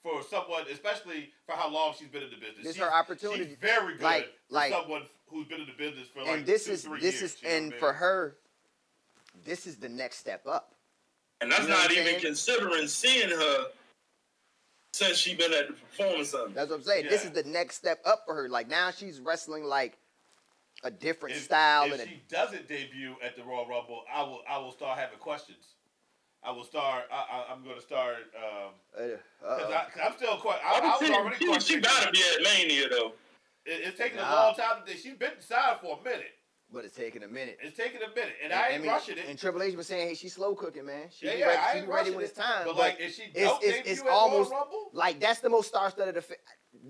B: for someone, especially for how long she's been in the business.
A: This
B: she's,
A: her opportunity.
B: She's very good.
A: Like-
B: for
A: like-
B: someone who's been in the business for like
A: and this
B: two,
A: is
B: three
A: this
B: years,
A: is
B: you know what
A: and
B: I mean?
A: for her, this is the next step up.
C: And that's
A: You know what
C: not
A: I'm
C: even
A: saying?
C: considering seeing her since she been at the performance center.
A: That's what I'm saying. This
B: Yeah.
A: is the next step up for her. Like now she's wrestling like a different
B: if,
A: style
B: If
A: and a,
B: she doesn't debut at the Royal Rumble, I will I will start having questions. I will start. I, I, I'm going to start um,
A: uh,
B: because
A: uh,
B: I'm still quite. I,
C: I
B: I was
C: would
B: already
C: think she, she
B: questioning.
C: gotta be at Mania though.
B: It, it's taking a
A: Nah.
B: long time. To, she's been inside for a minute.
A: but it's taking a minute.
B: It's taking a minute, and, I ain't
A: mean,
B: rushing it.
A: And Triple H was saying, hey, she's slow cooking, man. She
B: yeah,
A: be
B: yeah,
A: ready,
B: I
A: she
B: ain't
A: be ready
B: rushing
A: when
B: it.
A: it's time.
B: But like, if she
A: it's-
B: don't
A: it's-
B: debut
A: it's
B: at Royal
A: almost-
B: Rumble,
A: like, that's the most star-studded affair.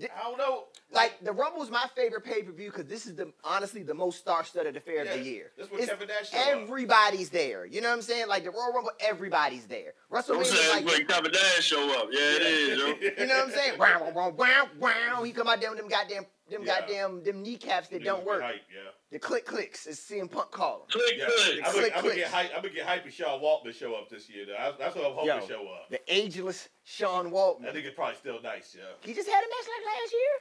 B: I don't know.
A: Like the Rumble's my favorite pay-per-view because this is the honestly the most star-studded affair
B: yeah,
A: of the year.
B: That's what
A: It's-
B: Kevin Nash showed up.
A: everybody's there. You know what I'm saying? Like the Royal Rumble, everybody's there.
C: I'm
A: WrestleMania,
C: saying
A: like,
C: like Papa Dad show up. Yeah, it is, yo.
A: you know what I'm saying? wow, wow, wow, wow. He come out there with them goddamn, them
B: Yeah.
A: goddamn, them kneecaps that
B: Niggas
A: don't
B: get
A: work.
B: hype, yeah.
A: The click clicks is CM Punk call 'em.
C: Click,
B: Yeah,
C: click.
B: I'm
A: Click,
B: gonna
A: click.
B: get hype. I'm gonna get hype if Sean Waltman show up this year. Though. That's- That's what I'm hoping
A: Yo.
B: show up.
A: The ageless Sean
B: That
A: Waltman.
B: nigga's probably still nice, yeah.
A: He just had a match like last year.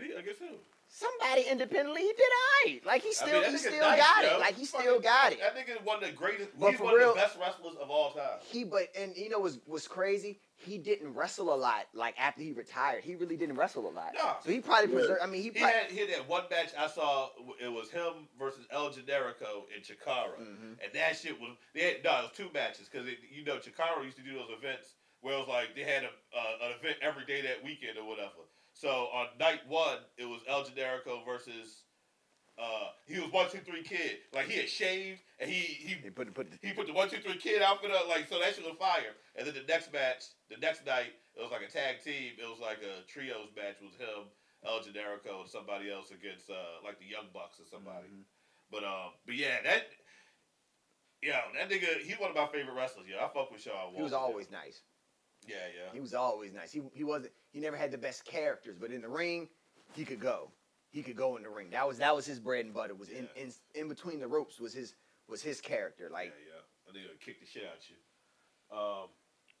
B: Did he? I guess so.
A: Somebody independently, he did all right. Like he
B: I
A: still,
B: mean, that
A: he
B: nigga's
A: still
B: nice,
A: got
B: yo.
A: it. Like he
B: Fucking-
A: still got it.
B: That nigga is one of the greatest.
A: But
B: he's
A: for
B: one
A: real-
B: of the best wrestlers of all time.
A: He but and you know was was crazy. He didn't wrestle a lot. Like after he retired, he really didn't wrestle a lot.
B: Nah.
A: So he probably
C: Yeah.
A: preserved. I mean, he
B: He
A: probably.
B: had he had that one match I saw. It was him versus El Generico in Chikara,
A: Mhm.
B: and that shit was they had, no, it was two matches because you know Chikara used to do those events where it was like they had a, uh, an event every day that weekend or whatever. So on night one, it was El Generico versus. Uh, he was one two three kid. Like he had shaved and he he
A: He put put.
B: he put the one two three kid outfit up like so that shit was fire. And then the next match, the next night, it was like a tag team. It was like a trios match with him, El Generico, and somebody else against uh, like the Young Bucks or somebody.
A: Mm-hmm.
B: But um, but yeah, that yeah, that nigga, he's one of my favorite wrestlers. Yeah, I fuck with Shawn.
A: He was
B: Walker,
A: always nice.
B: yeah, yeah.
A: He was always nice. He he wasn't. He never had the best characters, but in the ring, he could go. He could go in the ring. That was that was his bread and butter. Was in,
B: Yeah.
A: in in between the ropes was his was his character. Like
B: yeah, yeah. That nigga kick the shit out you. Um,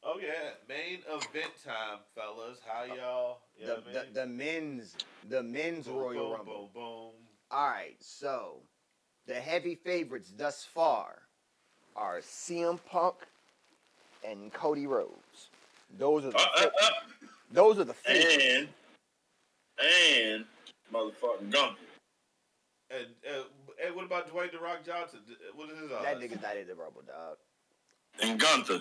B: oh yeah, main event time, fellas. How y'all? Yeah,
A: Uh, the, the the men's the men's Royal
B: boom,
A: Rumble.
B: Boom, boom.
A: All right, so the heavy favorites thus far are CM Punk and Cody Rhodes. Those are the
C: Uh, uh, uh,
A: those are the favorites.
C: and and motherfucking Gunther.
B: And uh, and what about Dwayne the Rock Johnson? D- uh, What is his odds?
A: That nigga's not in the Rumble, dog.
C: And Gunther.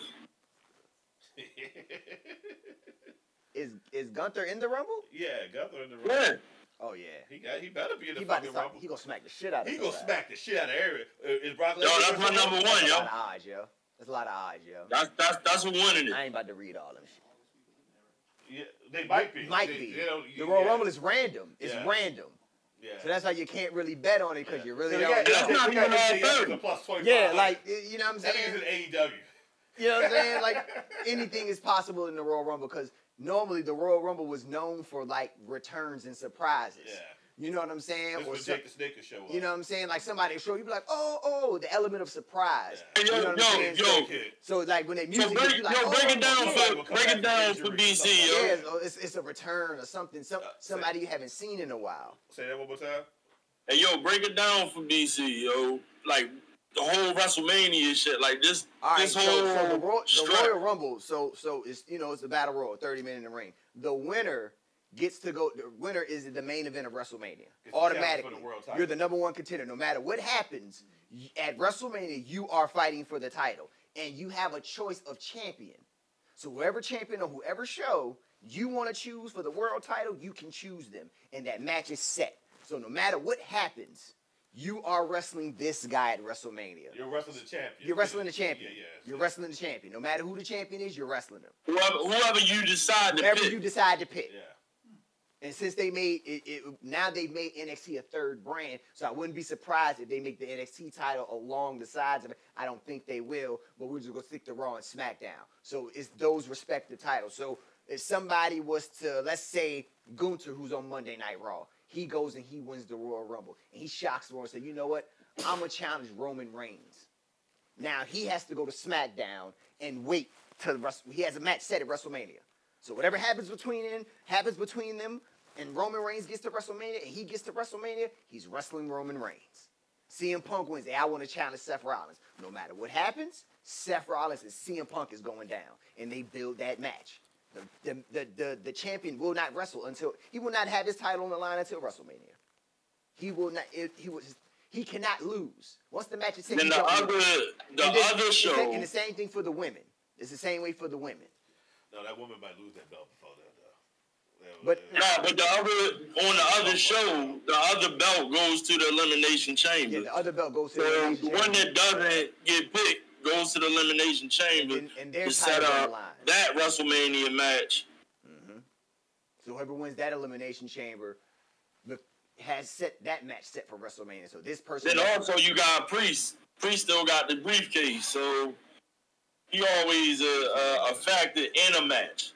A: Is is Gunther in the Rumble?
B: yeah, Gunther in the Rumble.
C: Yeah.
A: Oh yeah.
B: He got. He better be in the
A: He about to
B: fucking
A: start,
B: Rumble.
A: he gonna smack the shit out of
B: He
A: somebody.
B: gonna smack the shit out of every. uh, Is Brock
C: Yo,
B: Lesnar
C: that's
B: in
C: my
B: the Rumble?
C: number
A: That's
C: one,
A: a
C: yo.
A: lot of odds, yo. That's a lot of odds, yo.
C: That's that's that's what winning it.
A: I ain't about to read all them shit.
B: Yeah, they might be.
A: Might
B: They-
A: be.
B: they don't-
A: The Royal
B: yeah,
A: Rumble is random. It's
B: Yeah.
A: random.
B: Yeah.
A: So that's why you can't really bet on it because you really
B: yeah,
A: don't
C: That's
A: know.
C: not
B: we got
C: even all
B: this nigga
C: thirty.
B: at plus 25.
A: Yeah, like you know what I'm
B: that
A: saying.
B: nigga's in E AEW.
A: You know what I'm saying? Like anything is possible in the Royal Rumble because normally the Royal Rumble was known for like returns and surprises.
B: Yeah.
A: You know what I'm saying?
B: This
A: Or
B: when
A: some-
B: Jake the Snake show up.
A: you know what I'm saying? Like somebody show you be like, oh, oh, the element of surprise.
B: Yeah.
C: Hey, yo,
A: You know what I'm
C: yo,
A: saying?
C: yo.
B: Kid.
A: So like when they music, hits,
C: So break,
A: you
C: yo,
A: like, oh,
C: break it down
B: somebody
C: for
B: will come
C: break
B: back
C: it down
B: from
C: for
B: injury or
C: BC,
B: something.
A: Yeah,
C: yo.
A: it's, oh, it's, it's a return or something. Some
B: Uh, say-
A: somebody you haven't seen in a while.
B: Say that one more time.
C: Hey, yo, break it down for BC, yo. Like the whole WrestleMania shit, like this
A: All right,
C: this
A: so,
C: whole
A: so the, Roy- the
C: strap.
A: Royal Rumble, so so it's you know it's a battle royal, thirty men in the ring. The winner gets to go. The winner is the main event of WrestleMania.
B: It's a challenge for the
A: Automatically,
B: world title.
A: you're the number one contender. No matter what happens y- at WrestleMania, you are fighting for the title, and you have a choice of champion. So whoever champion or whoever show you want to choose for the world title, you can choose them, and that match is set. So no matter what happens, you are wrestling this guy at WrestleMania.
B: You're wrestling the champion.
A: You're wrestling the champion.
B: Yeah, yeah.
A: You're wrestling the champion. No matter who the champion is, you're wrestling him.
C: Whoever, whoever you decide to
A: Whoever
C: pick.
A: you decide to pick.
B: Yeah.
A: And since they made it, it, now they've made NXT a third brand, so I wouldn't be surprised if they make the NXT title along the sides of it. I don't think they will, but we're just gonna stick to Raw and SmackDown. So it's those respective titles. So if somebody was to, let's say Gunter, who's on Monday Night Raw, he goes and he wins the Royal Rumble, and he shocks Raw and says, you know what? I'm gonna challenge Roman Reigns. Now he has to go to SmackDown and wait till Wrestle- he has a match set at WrestleMania. So whatever happens between them happens between them, and Roman Reigns gets to WrestleMania, and he gets to WrestleMania, he's wrestling Roman Reigns. CM Punk wins. I want to challenge Seth Rollins. No matter what happens, Seth Rollins and CM Punk is going down, and they build that match. The, the, the, the, the champion will not wrestle until he will not have his title on the line until WrestleMania. He will not. It, he was. He cannot lose. Once the match is set,
C: Then
A: he
C: the
A: don't lose.
C: other, the
A: And then-
C: other
A: And the
C: show.
A: same thing for the women. It's the same way for the women.
B: No, that woman might lose that belt before that though. That-
A: But-
B: that-
C: No, but the other on the other show, the other belt goes to the elimination
A: Yeah,
C: chamber.
A: the other belt goes to
C: So
A: the
C: the
A: Elimination
C: one
A: Chamber.
C: that doesn't get picked goes to the elimination
A: and,
C: chamber
A: then- and their
C: to set
A: title on the
C: up
A: line.
C: that WrestleMania match.
A: Mhm. So whoever wins that elimination chamber be- has set that match set for WrestleMania. So this person
C: Then also you got Priest. Priest still got the briefcase, so he always a, a, a factor in a match.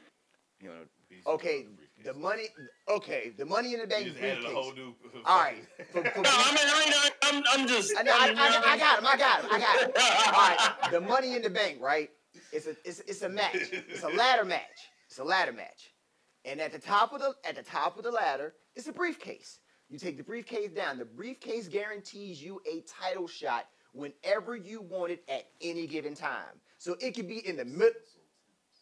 A: You know,
B: He's-
A: okay,
B: briefcase.
A: the money. Okay, the money in the
B: You
A: bank
B: just added a whole
A: briefcase.
B: new.
A: All right, for, for
C: No, I mean I ain't, I'm, I'm just.
A: I, know, I, I, I got him. I got him. I got him. All right, the money in the bank, right? It's a it's, it's a match. It's a ladder match. It's a ladder match, and at the top of the at the top of the ladder is a briefcase. You take the briefcase down. The briefcase guarantees you a title shot whenever you want it at any given time. So it could be in the mid.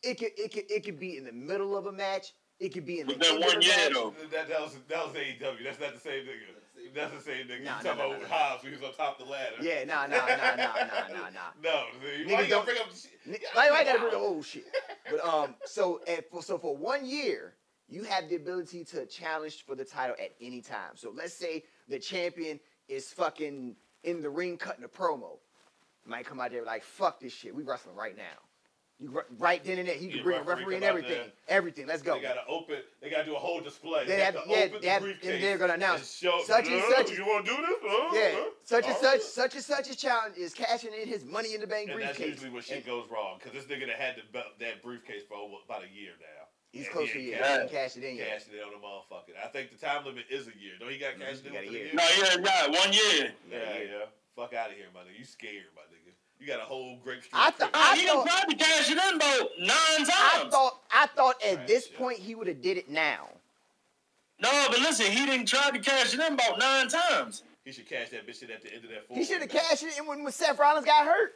A: It could it could it could be in the middle of a match. It could be in the
C: With that
A: end of
C: one
A: a
C: year
A: match.
C: though.
B: That, that was that was AEW. That's not the same nigga. That's the same nigga.
A: Nah,
B: you
A: nah,
B: talking
A: nah,
B: about
A: nah, nah.
B: Hobbs? He was on top of the ladder.
A: Yeah, nah, nah, nah, nah, nah, nah, nah.
B: No,
A: Niggas
B: see, why you
A: don't-
B: gonna bring up? the shit?
A: Ni- Why do I gotta bring the old shit? But um, so at, for, so for one year, you have the ability to challenge for the title at any time. So let's say the champion is fucking in the ring cutting a promo, might come out there like fuck this shit, we wrestling right now. You gr- right then and there, he
B: Yeah,
A: can bring a
B: referee
A: referee and
B: come out there.
A: everything, everything. Let's go.
B: They gotta open. They gotta do a whole display.
A: They have-
B: to
A: yeah,
B: open
A: they have-
B: the
A: and
B: briefcase.
A: they're gonna announce,
B: show,
A: such and
B: "No,
A: such-
B: You want to do this? Huh?
A: Yeah,
B: Huh?
A: such and
B: Huh?
A: such, such and such a challenge is cashing in his money in the bank
B: oh. And that's
A: briefcase.
B: usually where shit
A: And
B: goes wrong because this nigga that had the belt, that briefcase for over, about a year now.
A: He's
B: and
A: close
B: he
A: to
B: ain't
A: you.
B: cashed
A: Yeah. Cash it in. yet.
B: Cashing it on the motherfucker. I think the time limit is a year. Don't he got
A: Mhm,
B: cashed in
A: you got a
B: within
A: year.
C: No, yeah, yeah, one year.
B: Yeah,
A: Yeah, yeah.
B: yeah. Fuck out of here, my nigga. You scared, my nigga. You got a whole grape street.
A: I
B: trip.
A: thought- I
C: he done tried to cash it in about nine
A: I
C: times.
A: thought I thought at
B: Right,
A: this
B: yeah.
A: point he would have did it now.
C: no, but listen, he didn't try to cash it in about nine times.
B: he should cash that bitch in at the end of that.
A: He should have
B: four-way
A: cashed it in when, when Seth Rollins got hurt.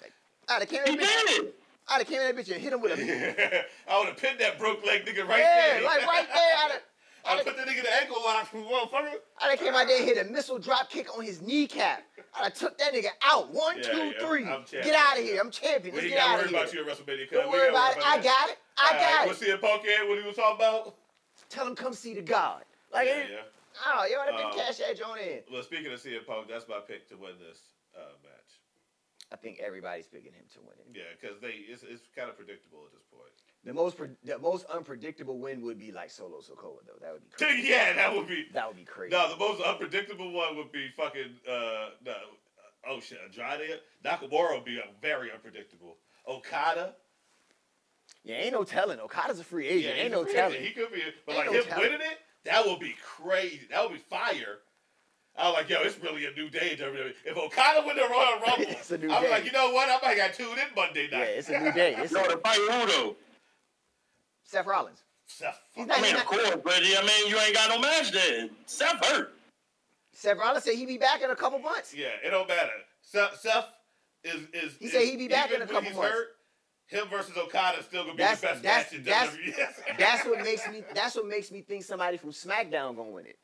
A: Like, I'd have came
C: He
A: in
C: did
A: that bitch.
C: it.
A: I'd have came in that bitch and hit him with a yeah,
B: match. I would have pinned that broke leg nigga right there.
A: like right there. I'd have,
B: I
A: I'd
B: would put
A: have,
B: that nigga in the ankle lock, motherfucker.
A: I'd have came out there and hit a missile drop kick on his kneecap. I'd have took that nigga out. One,
B: Yeah,
A: two, three.
B: yeah, I'm champion,
A: Get out of
B: yeah.
A: here. I'm champion.
B: We
A: Let's
B: ain't
A: get
B: got
A: out
B: worried
A: of here.
B: about you at WrestleMania.
A: Don't worry about it. I got it. I got it.
B: What's CM Punk had? What he was talking about?
A: Tell him come see the God. Like,
B: yeah, yeah.
A: oh, you would have been
B: Uh,
A: cash edge on in.
B: Well, speaking of CM Punk, that's my pick to win this uh, match.
A: I think everybody's picking him to win it.
B: Yeah, because they it's, it's kind of predictable at this point.
A: The most pre- the most unpredictable win would be like Solo Sokoa though. That would be
B: Dude,
A: crazy.
B: yeah, that would be.
A: That would be crazy.
B: No, the most unpredictable one would be fucking. Uh, no, oh shit, Andrade Nakamura would be uh, very unpredictable. Okada,
A: yeah, ain't no telling. Okada's a free agent.
B: he's
A: ain't no
B: a free
A: telling.
B: agent. He could be, but
A: Ain't
B: like
A: no
B: him
A: telling.
B: winning it, that would be crazy. That would be fire. I was like, yo, it's really a new day in WWE. If Okada win the Royal Rumble,
A: It's a new
B: I'm
A: day.
B: like, you know what? I might got tuned in Monday night.
A: yeah, it's a new day. It's
C: No,
A: a,
C: to fight who though?
A: Seth Rollins.
B: Seth
A: He's
B: fucking-
A: not-
C: I mean, of course, but I mean, you ain't got no match there. Seth hurt.
A: Seth Rollins said he'd be back in a couple months.
B: Yeah, it don't matter. Seth, Seth is is.
A: He
B: is-
A: said he be back
B: even
A: in a
B: when
A: couple
B: he's
A: months.
B: hurt, him versus Okada is still gonna be
A: That's-
B: the best
A: that's-
B: match in E.
A: that's-
B: WWE.
A: That's what makes me. That's what makes me think somebody from SmackDown gonna win it.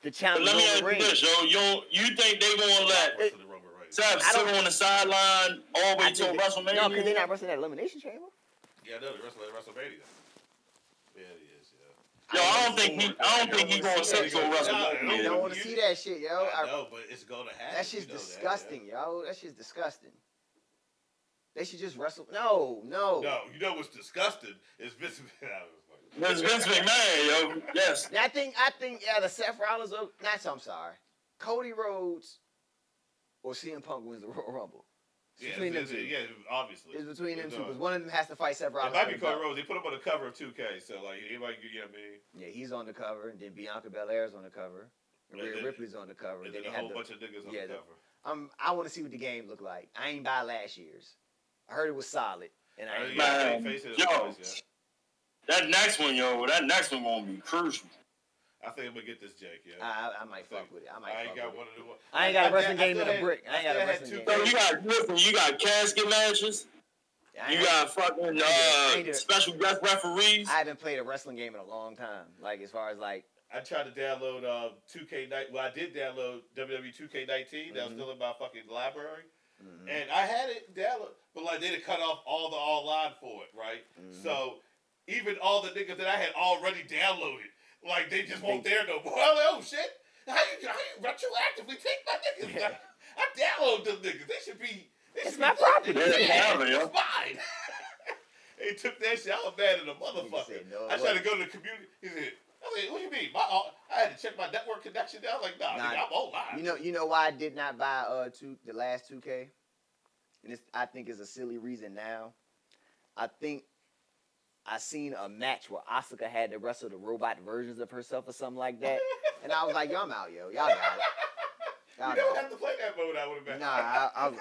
A: The
C: But
A: challenge
C: let me ask
A: Roman
C: you this,
A: Reigns.
C: yo, you don't- you think they gonna let
B: Versus the Roman Reigns.
C: Seth
A: I don't-
C: sit on the sideline all the
A: I
C: way
A: think
C: till
A: they-
C: WrestleMania?
A: No, because they're not wrestling that elimination chamber.
B: Yeah, no, the wrestler at WrestleMania. Yeah, he is. Yeah.
C: Yo, I don't think he, I don't think he gonna sit till
A: I don't
C: WrestleMania.
A: want to see that shit, yo.
B: I
A: Oh, I,
B: know, but it's gonna happen.
A: that shit's
B: you know that, yeah.
A: disgusting, yo. That shit's disgusting. They should just wrestle. No, no.
B: No, you know what's disgusting is Vince. I was like-
C: That's Vince McMahon, yo. Yes.
A: And I think I think yeah, the Seth Rollins or not I'm sorry. Cody Rhodes or CM Punk wins the Royal Rumble.
B: Yeah,
A: between them
B: it's-
A: two.
B: it's- yeah, obviously.
A: It's between them
B: It's
A: two
B: not.
A: because one of them has to fight Seth
B: It
A: Rollins.
B: might
A: for
B: be
A: the
B: Cody
A: belt.
B: Rhodes. They put him on the cover of 2K, so like anybody, could- you know what I mean?
A: Yeah, he's on the cover, and then Bianca Belair's on the cover.
B: And
A: Rhea
B: then-
A: Ripley's on the cover.
B: And then
A: then they
B: a
A: have
B: whole
A: the-
B: bunch of niggas on
A: yeah,
B: the
A: the-
B: cover.
A: I'm, I want to see what the game look like. I ain't buy last year's. I heard it was solid, and I
B: Uh,
A: ain't
B: you
A: buy
B: gotta
C: Man,
B: take faces,
C: yo.
B: otherwise,
C: That next one, yo, that next one gonna be crucial.
B: yeah. I think I'm gonna get this Jake, yeah.
A: I, I, I might fuck with it. I might.
B: I ain't
A: fuck
B: got
A: with
B: one of the one.
A: It. I ain't got a
B: I- I-
A: wrestling
B: I
A: game
B: still
A: in a
B: had-
A: brick.
B: I
A: I ain't got
B: still
A: a
B: had
A: wrestling
B: two
A: game.
C: So you got listen, you got casket matches,
A: I
C: you
A: ain't-
C: got fucking
A: I ain't
C: uh,
A: do it.
C: special guest referees.
A: I haven't played a wrestling game in a long time. Like as far as like
B: I tried to download uh, 2K. Ni- well, I did download E WWE 2K19. That was
A: Mhm.
B: still in my fucking library,
A: mhm,
B: Mm-hmm. and I had it download, but like they'd have cut off all the online for it, right?
A: mhm.
B: So even all the niggas that I had already downloaded, like they just won't
A: They-
B: there no more. I'm like, oh shit! How you how you retroactively take my niggas? I, I download them niggas. They should be. They
A: It's
B: should
A: my
B: be listed.
A: property.
B: Yeah,
C: Yeah,
B: it's mine. they took that shit. I was mad at a
A: Nigga
B: motherfucker.
A: said, no,
B: I tried
A: it
B: to
A: wasn't.
B: go to the community. He said, I mean, what do you mean? My, all- I had to check my network connection. I was like, nah,
A: Nah.
B: nigga, I'm online.
A: You know, you know why I did not buy uh two the last two K, and it's I think it's a silly reason now. I think I seen a match where Asuka had to wrestle the robot versions of herself or something like that, and I was like, y'all out, yo, y'all got it.
B: you
A: Y'all
B: don't
A: got
B: have to play that mode. I would have
A: it.
B: been.
A: Nah, I, I, was,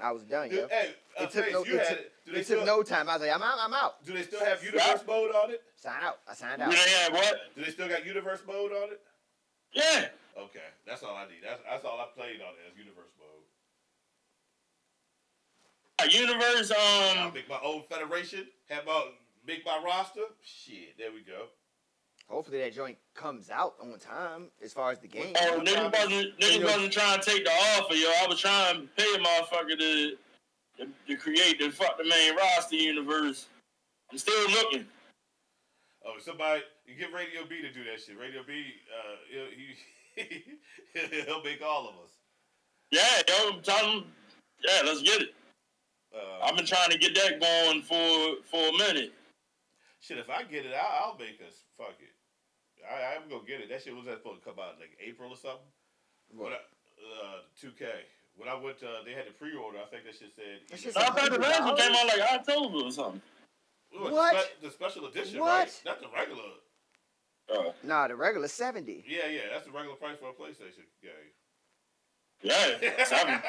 A: I was done, yo.
B: Dude, hey, uh,
A: It took
B: Face,
A: no-
B: you
A: it
B: had
A: took-
B: it. Do they
A: It
B: still
A: took no time. I was like, I'm out, I'm out.
B: do they still have universe mode on it?
A: Sign out. I signed
C: Do
A: out.
C: they have what?
B: Do they still got universe mode on it?
C: Yeah,
B: Okay, that's all I need. That's that's all I played on it is universe mode.
C: universe.
B: I'll
C: Um,
B: make my own federation. Have my make my roster. Shit, there we go.
A: Hopefully that joint comes out on time as far as the game.
C: oh, niggas wasn't niggas
A: You know-
C: wasn't trying to take the offer, yo. I was trying to pay a motherfucker to to, to create the fuck the main roster universe. I'm still looking.
B: Oh, somebody you get Radio B to do that shit. Radio B, uh, he'll, he he'll make all of us.
C: Yeah, yo, I'm telling. Yeah, let's get it.
B: Uh,
C: I've been trying to get that going for for a minute.
B: shit, if I get it, I, I'll make us. Fuck it. I, I'm gonna get it. That shit was supposed to come out in like April or something. When I,
A: What?
B: uh, 2K. When I went, uh, they had the pre-order. I think that shit said.
A: That shit's
C: I
A: like-
C: thought the last one came out like October or something.
B: Ooh, The,
A: What?
B: spe- the special edition,
A: What?
B: right? Not the regular.
C: Uh,
A: Nah, the regular seventy.
B: Yeah, yeah, that's the regular price for a PlayStation game.
C: yeah, seven.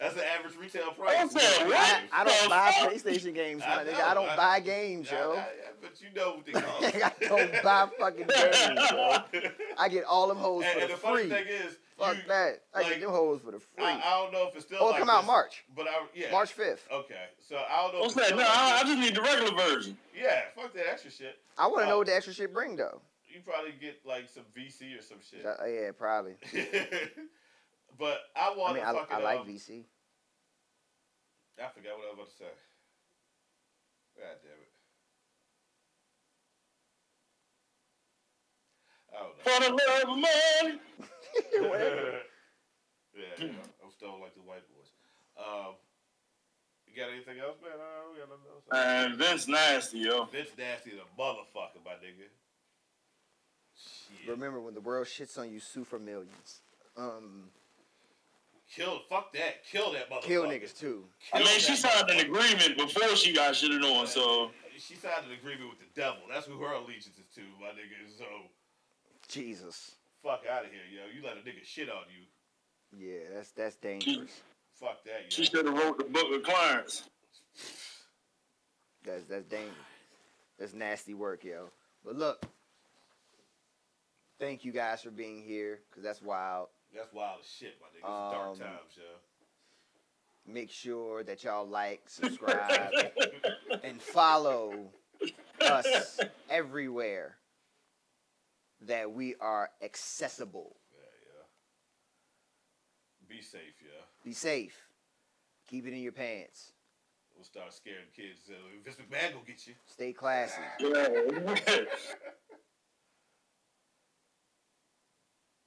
B: that's the average retail price.
C: I said, what?
A: I, I
C: the
A: don't buy
C: fuck?
A: PlayStation games,
B: I
A: my nigga. I
B: know,
A: don't
B: I-
A: buy games,
B: I-
A: yo.
B: I- I- but you know what they
A: Nigga,
B: call
A: I, don't buy fucking games, yo. I get all them hoes
B: and,
A: for
B: and
A: the
B: the funny
A: free.
B: thing is,
A: Fuck
B: you-
A: that. I
B: like,
A: get them hoes for the free.
B: I, I don't know if it's still.
A: oh,
B: like
A: come out
B: this,
A: March,
B: But I, yeah,
A: March fifth.
B: Okay, so I don't know.
C: What's
B: if it's
C: that?
B: still
C: No,
B: like
C: I, I
B: this.
C: just need the regular version.
B: yeah, fuck that extra shit.
A: I want to
B: Oh.
A: know what the extra shit bring though.
B: You probably get like some VC or some shit.
A: Uh, yeah, probably.
B: but I
A: I
B: want
A: mean,
B: to
A: I,
B: fucking.
A: I like
B: um,
A: VC.
B: I forgot what I was about to say. God damn it. I don't know.
C: For the love of money.
A: Whatever.
B: yeah, yeah, I'm still like the white boys. Um, you got anything else, man? Uh, we got nothing else.
C: Man, Vince nasty, yo.
B: Vince Nasty is a motherfucker, my nigga. Shit.
A: Remember when the world shits on you, sue for millions. Um,
B: Kill, fuck that. Kill that motherfucker.
A: kill niggas too.
C: I mean,
B: Kill
C: she
B: that
C: signed an
B: motherfucker.
C: agreement before she got shitted on, so
B: She signed an agreement with the devil. That's who her allegiance is to, my nigga. So,
A: Jesus.
B: fuck out of here, yo. You let a nigga shit on you.
A: Yeah, that's that's dangerous.
B: Fuck that,
C: she
B: yo.
C: should have wrote the book with Clarence.
A: That's that's dangerous. That's nasty work, yo. But look, thank you guys for being here, cause that's wild.
B: That's wild as shit, my nigga. It's
A: Um,
B: dark times, yo.
A: Make sure that y'all like, subscribe, and follow us everywhere that we are accessible.
B: Yeah, yeah. Be safe, yeah.
A: Be safe. Keep it in your pants.
B: We'll start scaring kids. So Vince McMahon gonna get you.
A: Stay classy.
C: Yeah.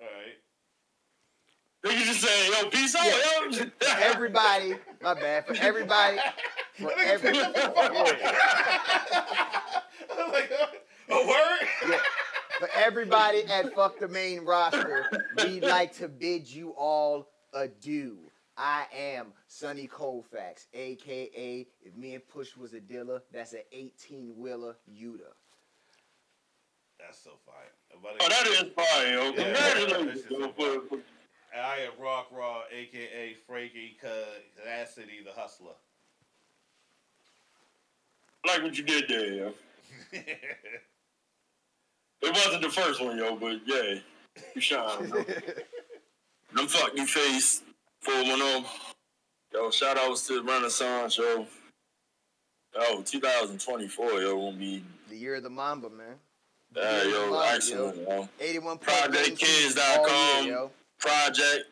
B: All right.
C: Nigga just saying, yo, peace out, yo.
A: Everybody, my bad. For everybody, for every, yeah,
B: I'm like, a word?
A: yeah. for everybody at fuck the main roster, we'd like to bid you all adieu. I am Sonny Colfax, aka if me and Push was a dealer, that's an 18 wheeler Uta.
B: That's so fire. But
C: Oh, that is fire, yo.
B: Yeah.
C: Congratulations,
B: That's just
C: yo,
B: so
C: for, for
B: I am Rock Raw, aka Frankie Cassidy the Hustler.
C: I like what you did there, yo. It wasn't the first one, yo, but yeah. You shine, yo. Them fuck you face 410. Yo, shout outs to Renaissance, yo. Yo, 2024, yo, gonna be
A: the year of the Mamba, man.
C: uh,
A: Yeah,
C: yo,
A: live, yo.
C: excellent, yo.
A: 81
C: ProjectKids.com. Project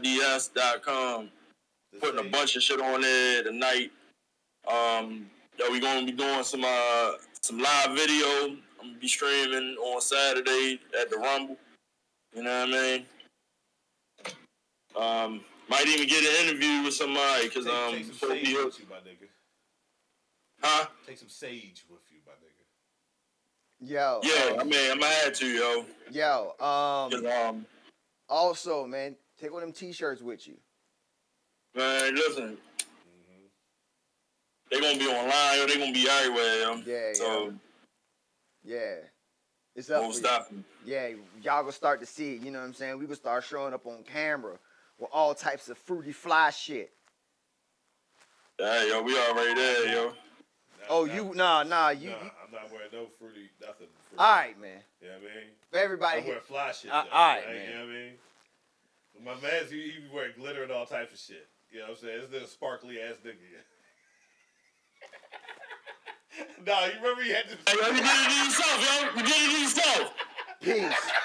C: K3IDS.com. putting a bunch of shit on there tonight. Um, that we gonna be doing some uh some live video. I'm gonna be streaming on Saturday at the Rumble. You know what I mean? Um, might even get an interview with somebody because
B: Take,
C: um,
B: take some
C: before we-
B: sage with you, my nigga.
C: huh?
B: Take some sage with you, my nigga.
A: Yo,
C: Yeah,
A: um,
C: I mean, I'm gonna have to, yo.
A: yo. Um,
C: 'Cause, um,
A: also, man, take one of them T-shirts with you.
C: man, listen,
B: hmm
C: they gonna be online, yo. They gonna be everywhere, yo.
A: Yeah,
C: so
A: Yeah, it's up.
C: won't
A: for you.
C: stop them.
A: Yeah, y'all gonna start to see it. You know what I'm saying? We gonna start showing up on camera with all types of fruity fly shit.
C: Yeah, yo, we already there, yo.
A: Oh, you nah nah you.
B: Mm-hmm. nah,
A: you-
B: I'm not wearing no fruity, nothing. Fruity.
A: all right, man.
B: You know what I mean? I
A: Everybody,
B: wear fly shit. Though,
A: Uh,
B: right,
A: alright, man.
B: You know what I mean? My man's he, he be wearing glitter and all types of shit. You know what I'm saying? This little sparkly ass nigga. nah, you remember you had
C: Hey, yo, you did
B: to.
C: it to yourself, yo. You did it to yourself.
A: peace.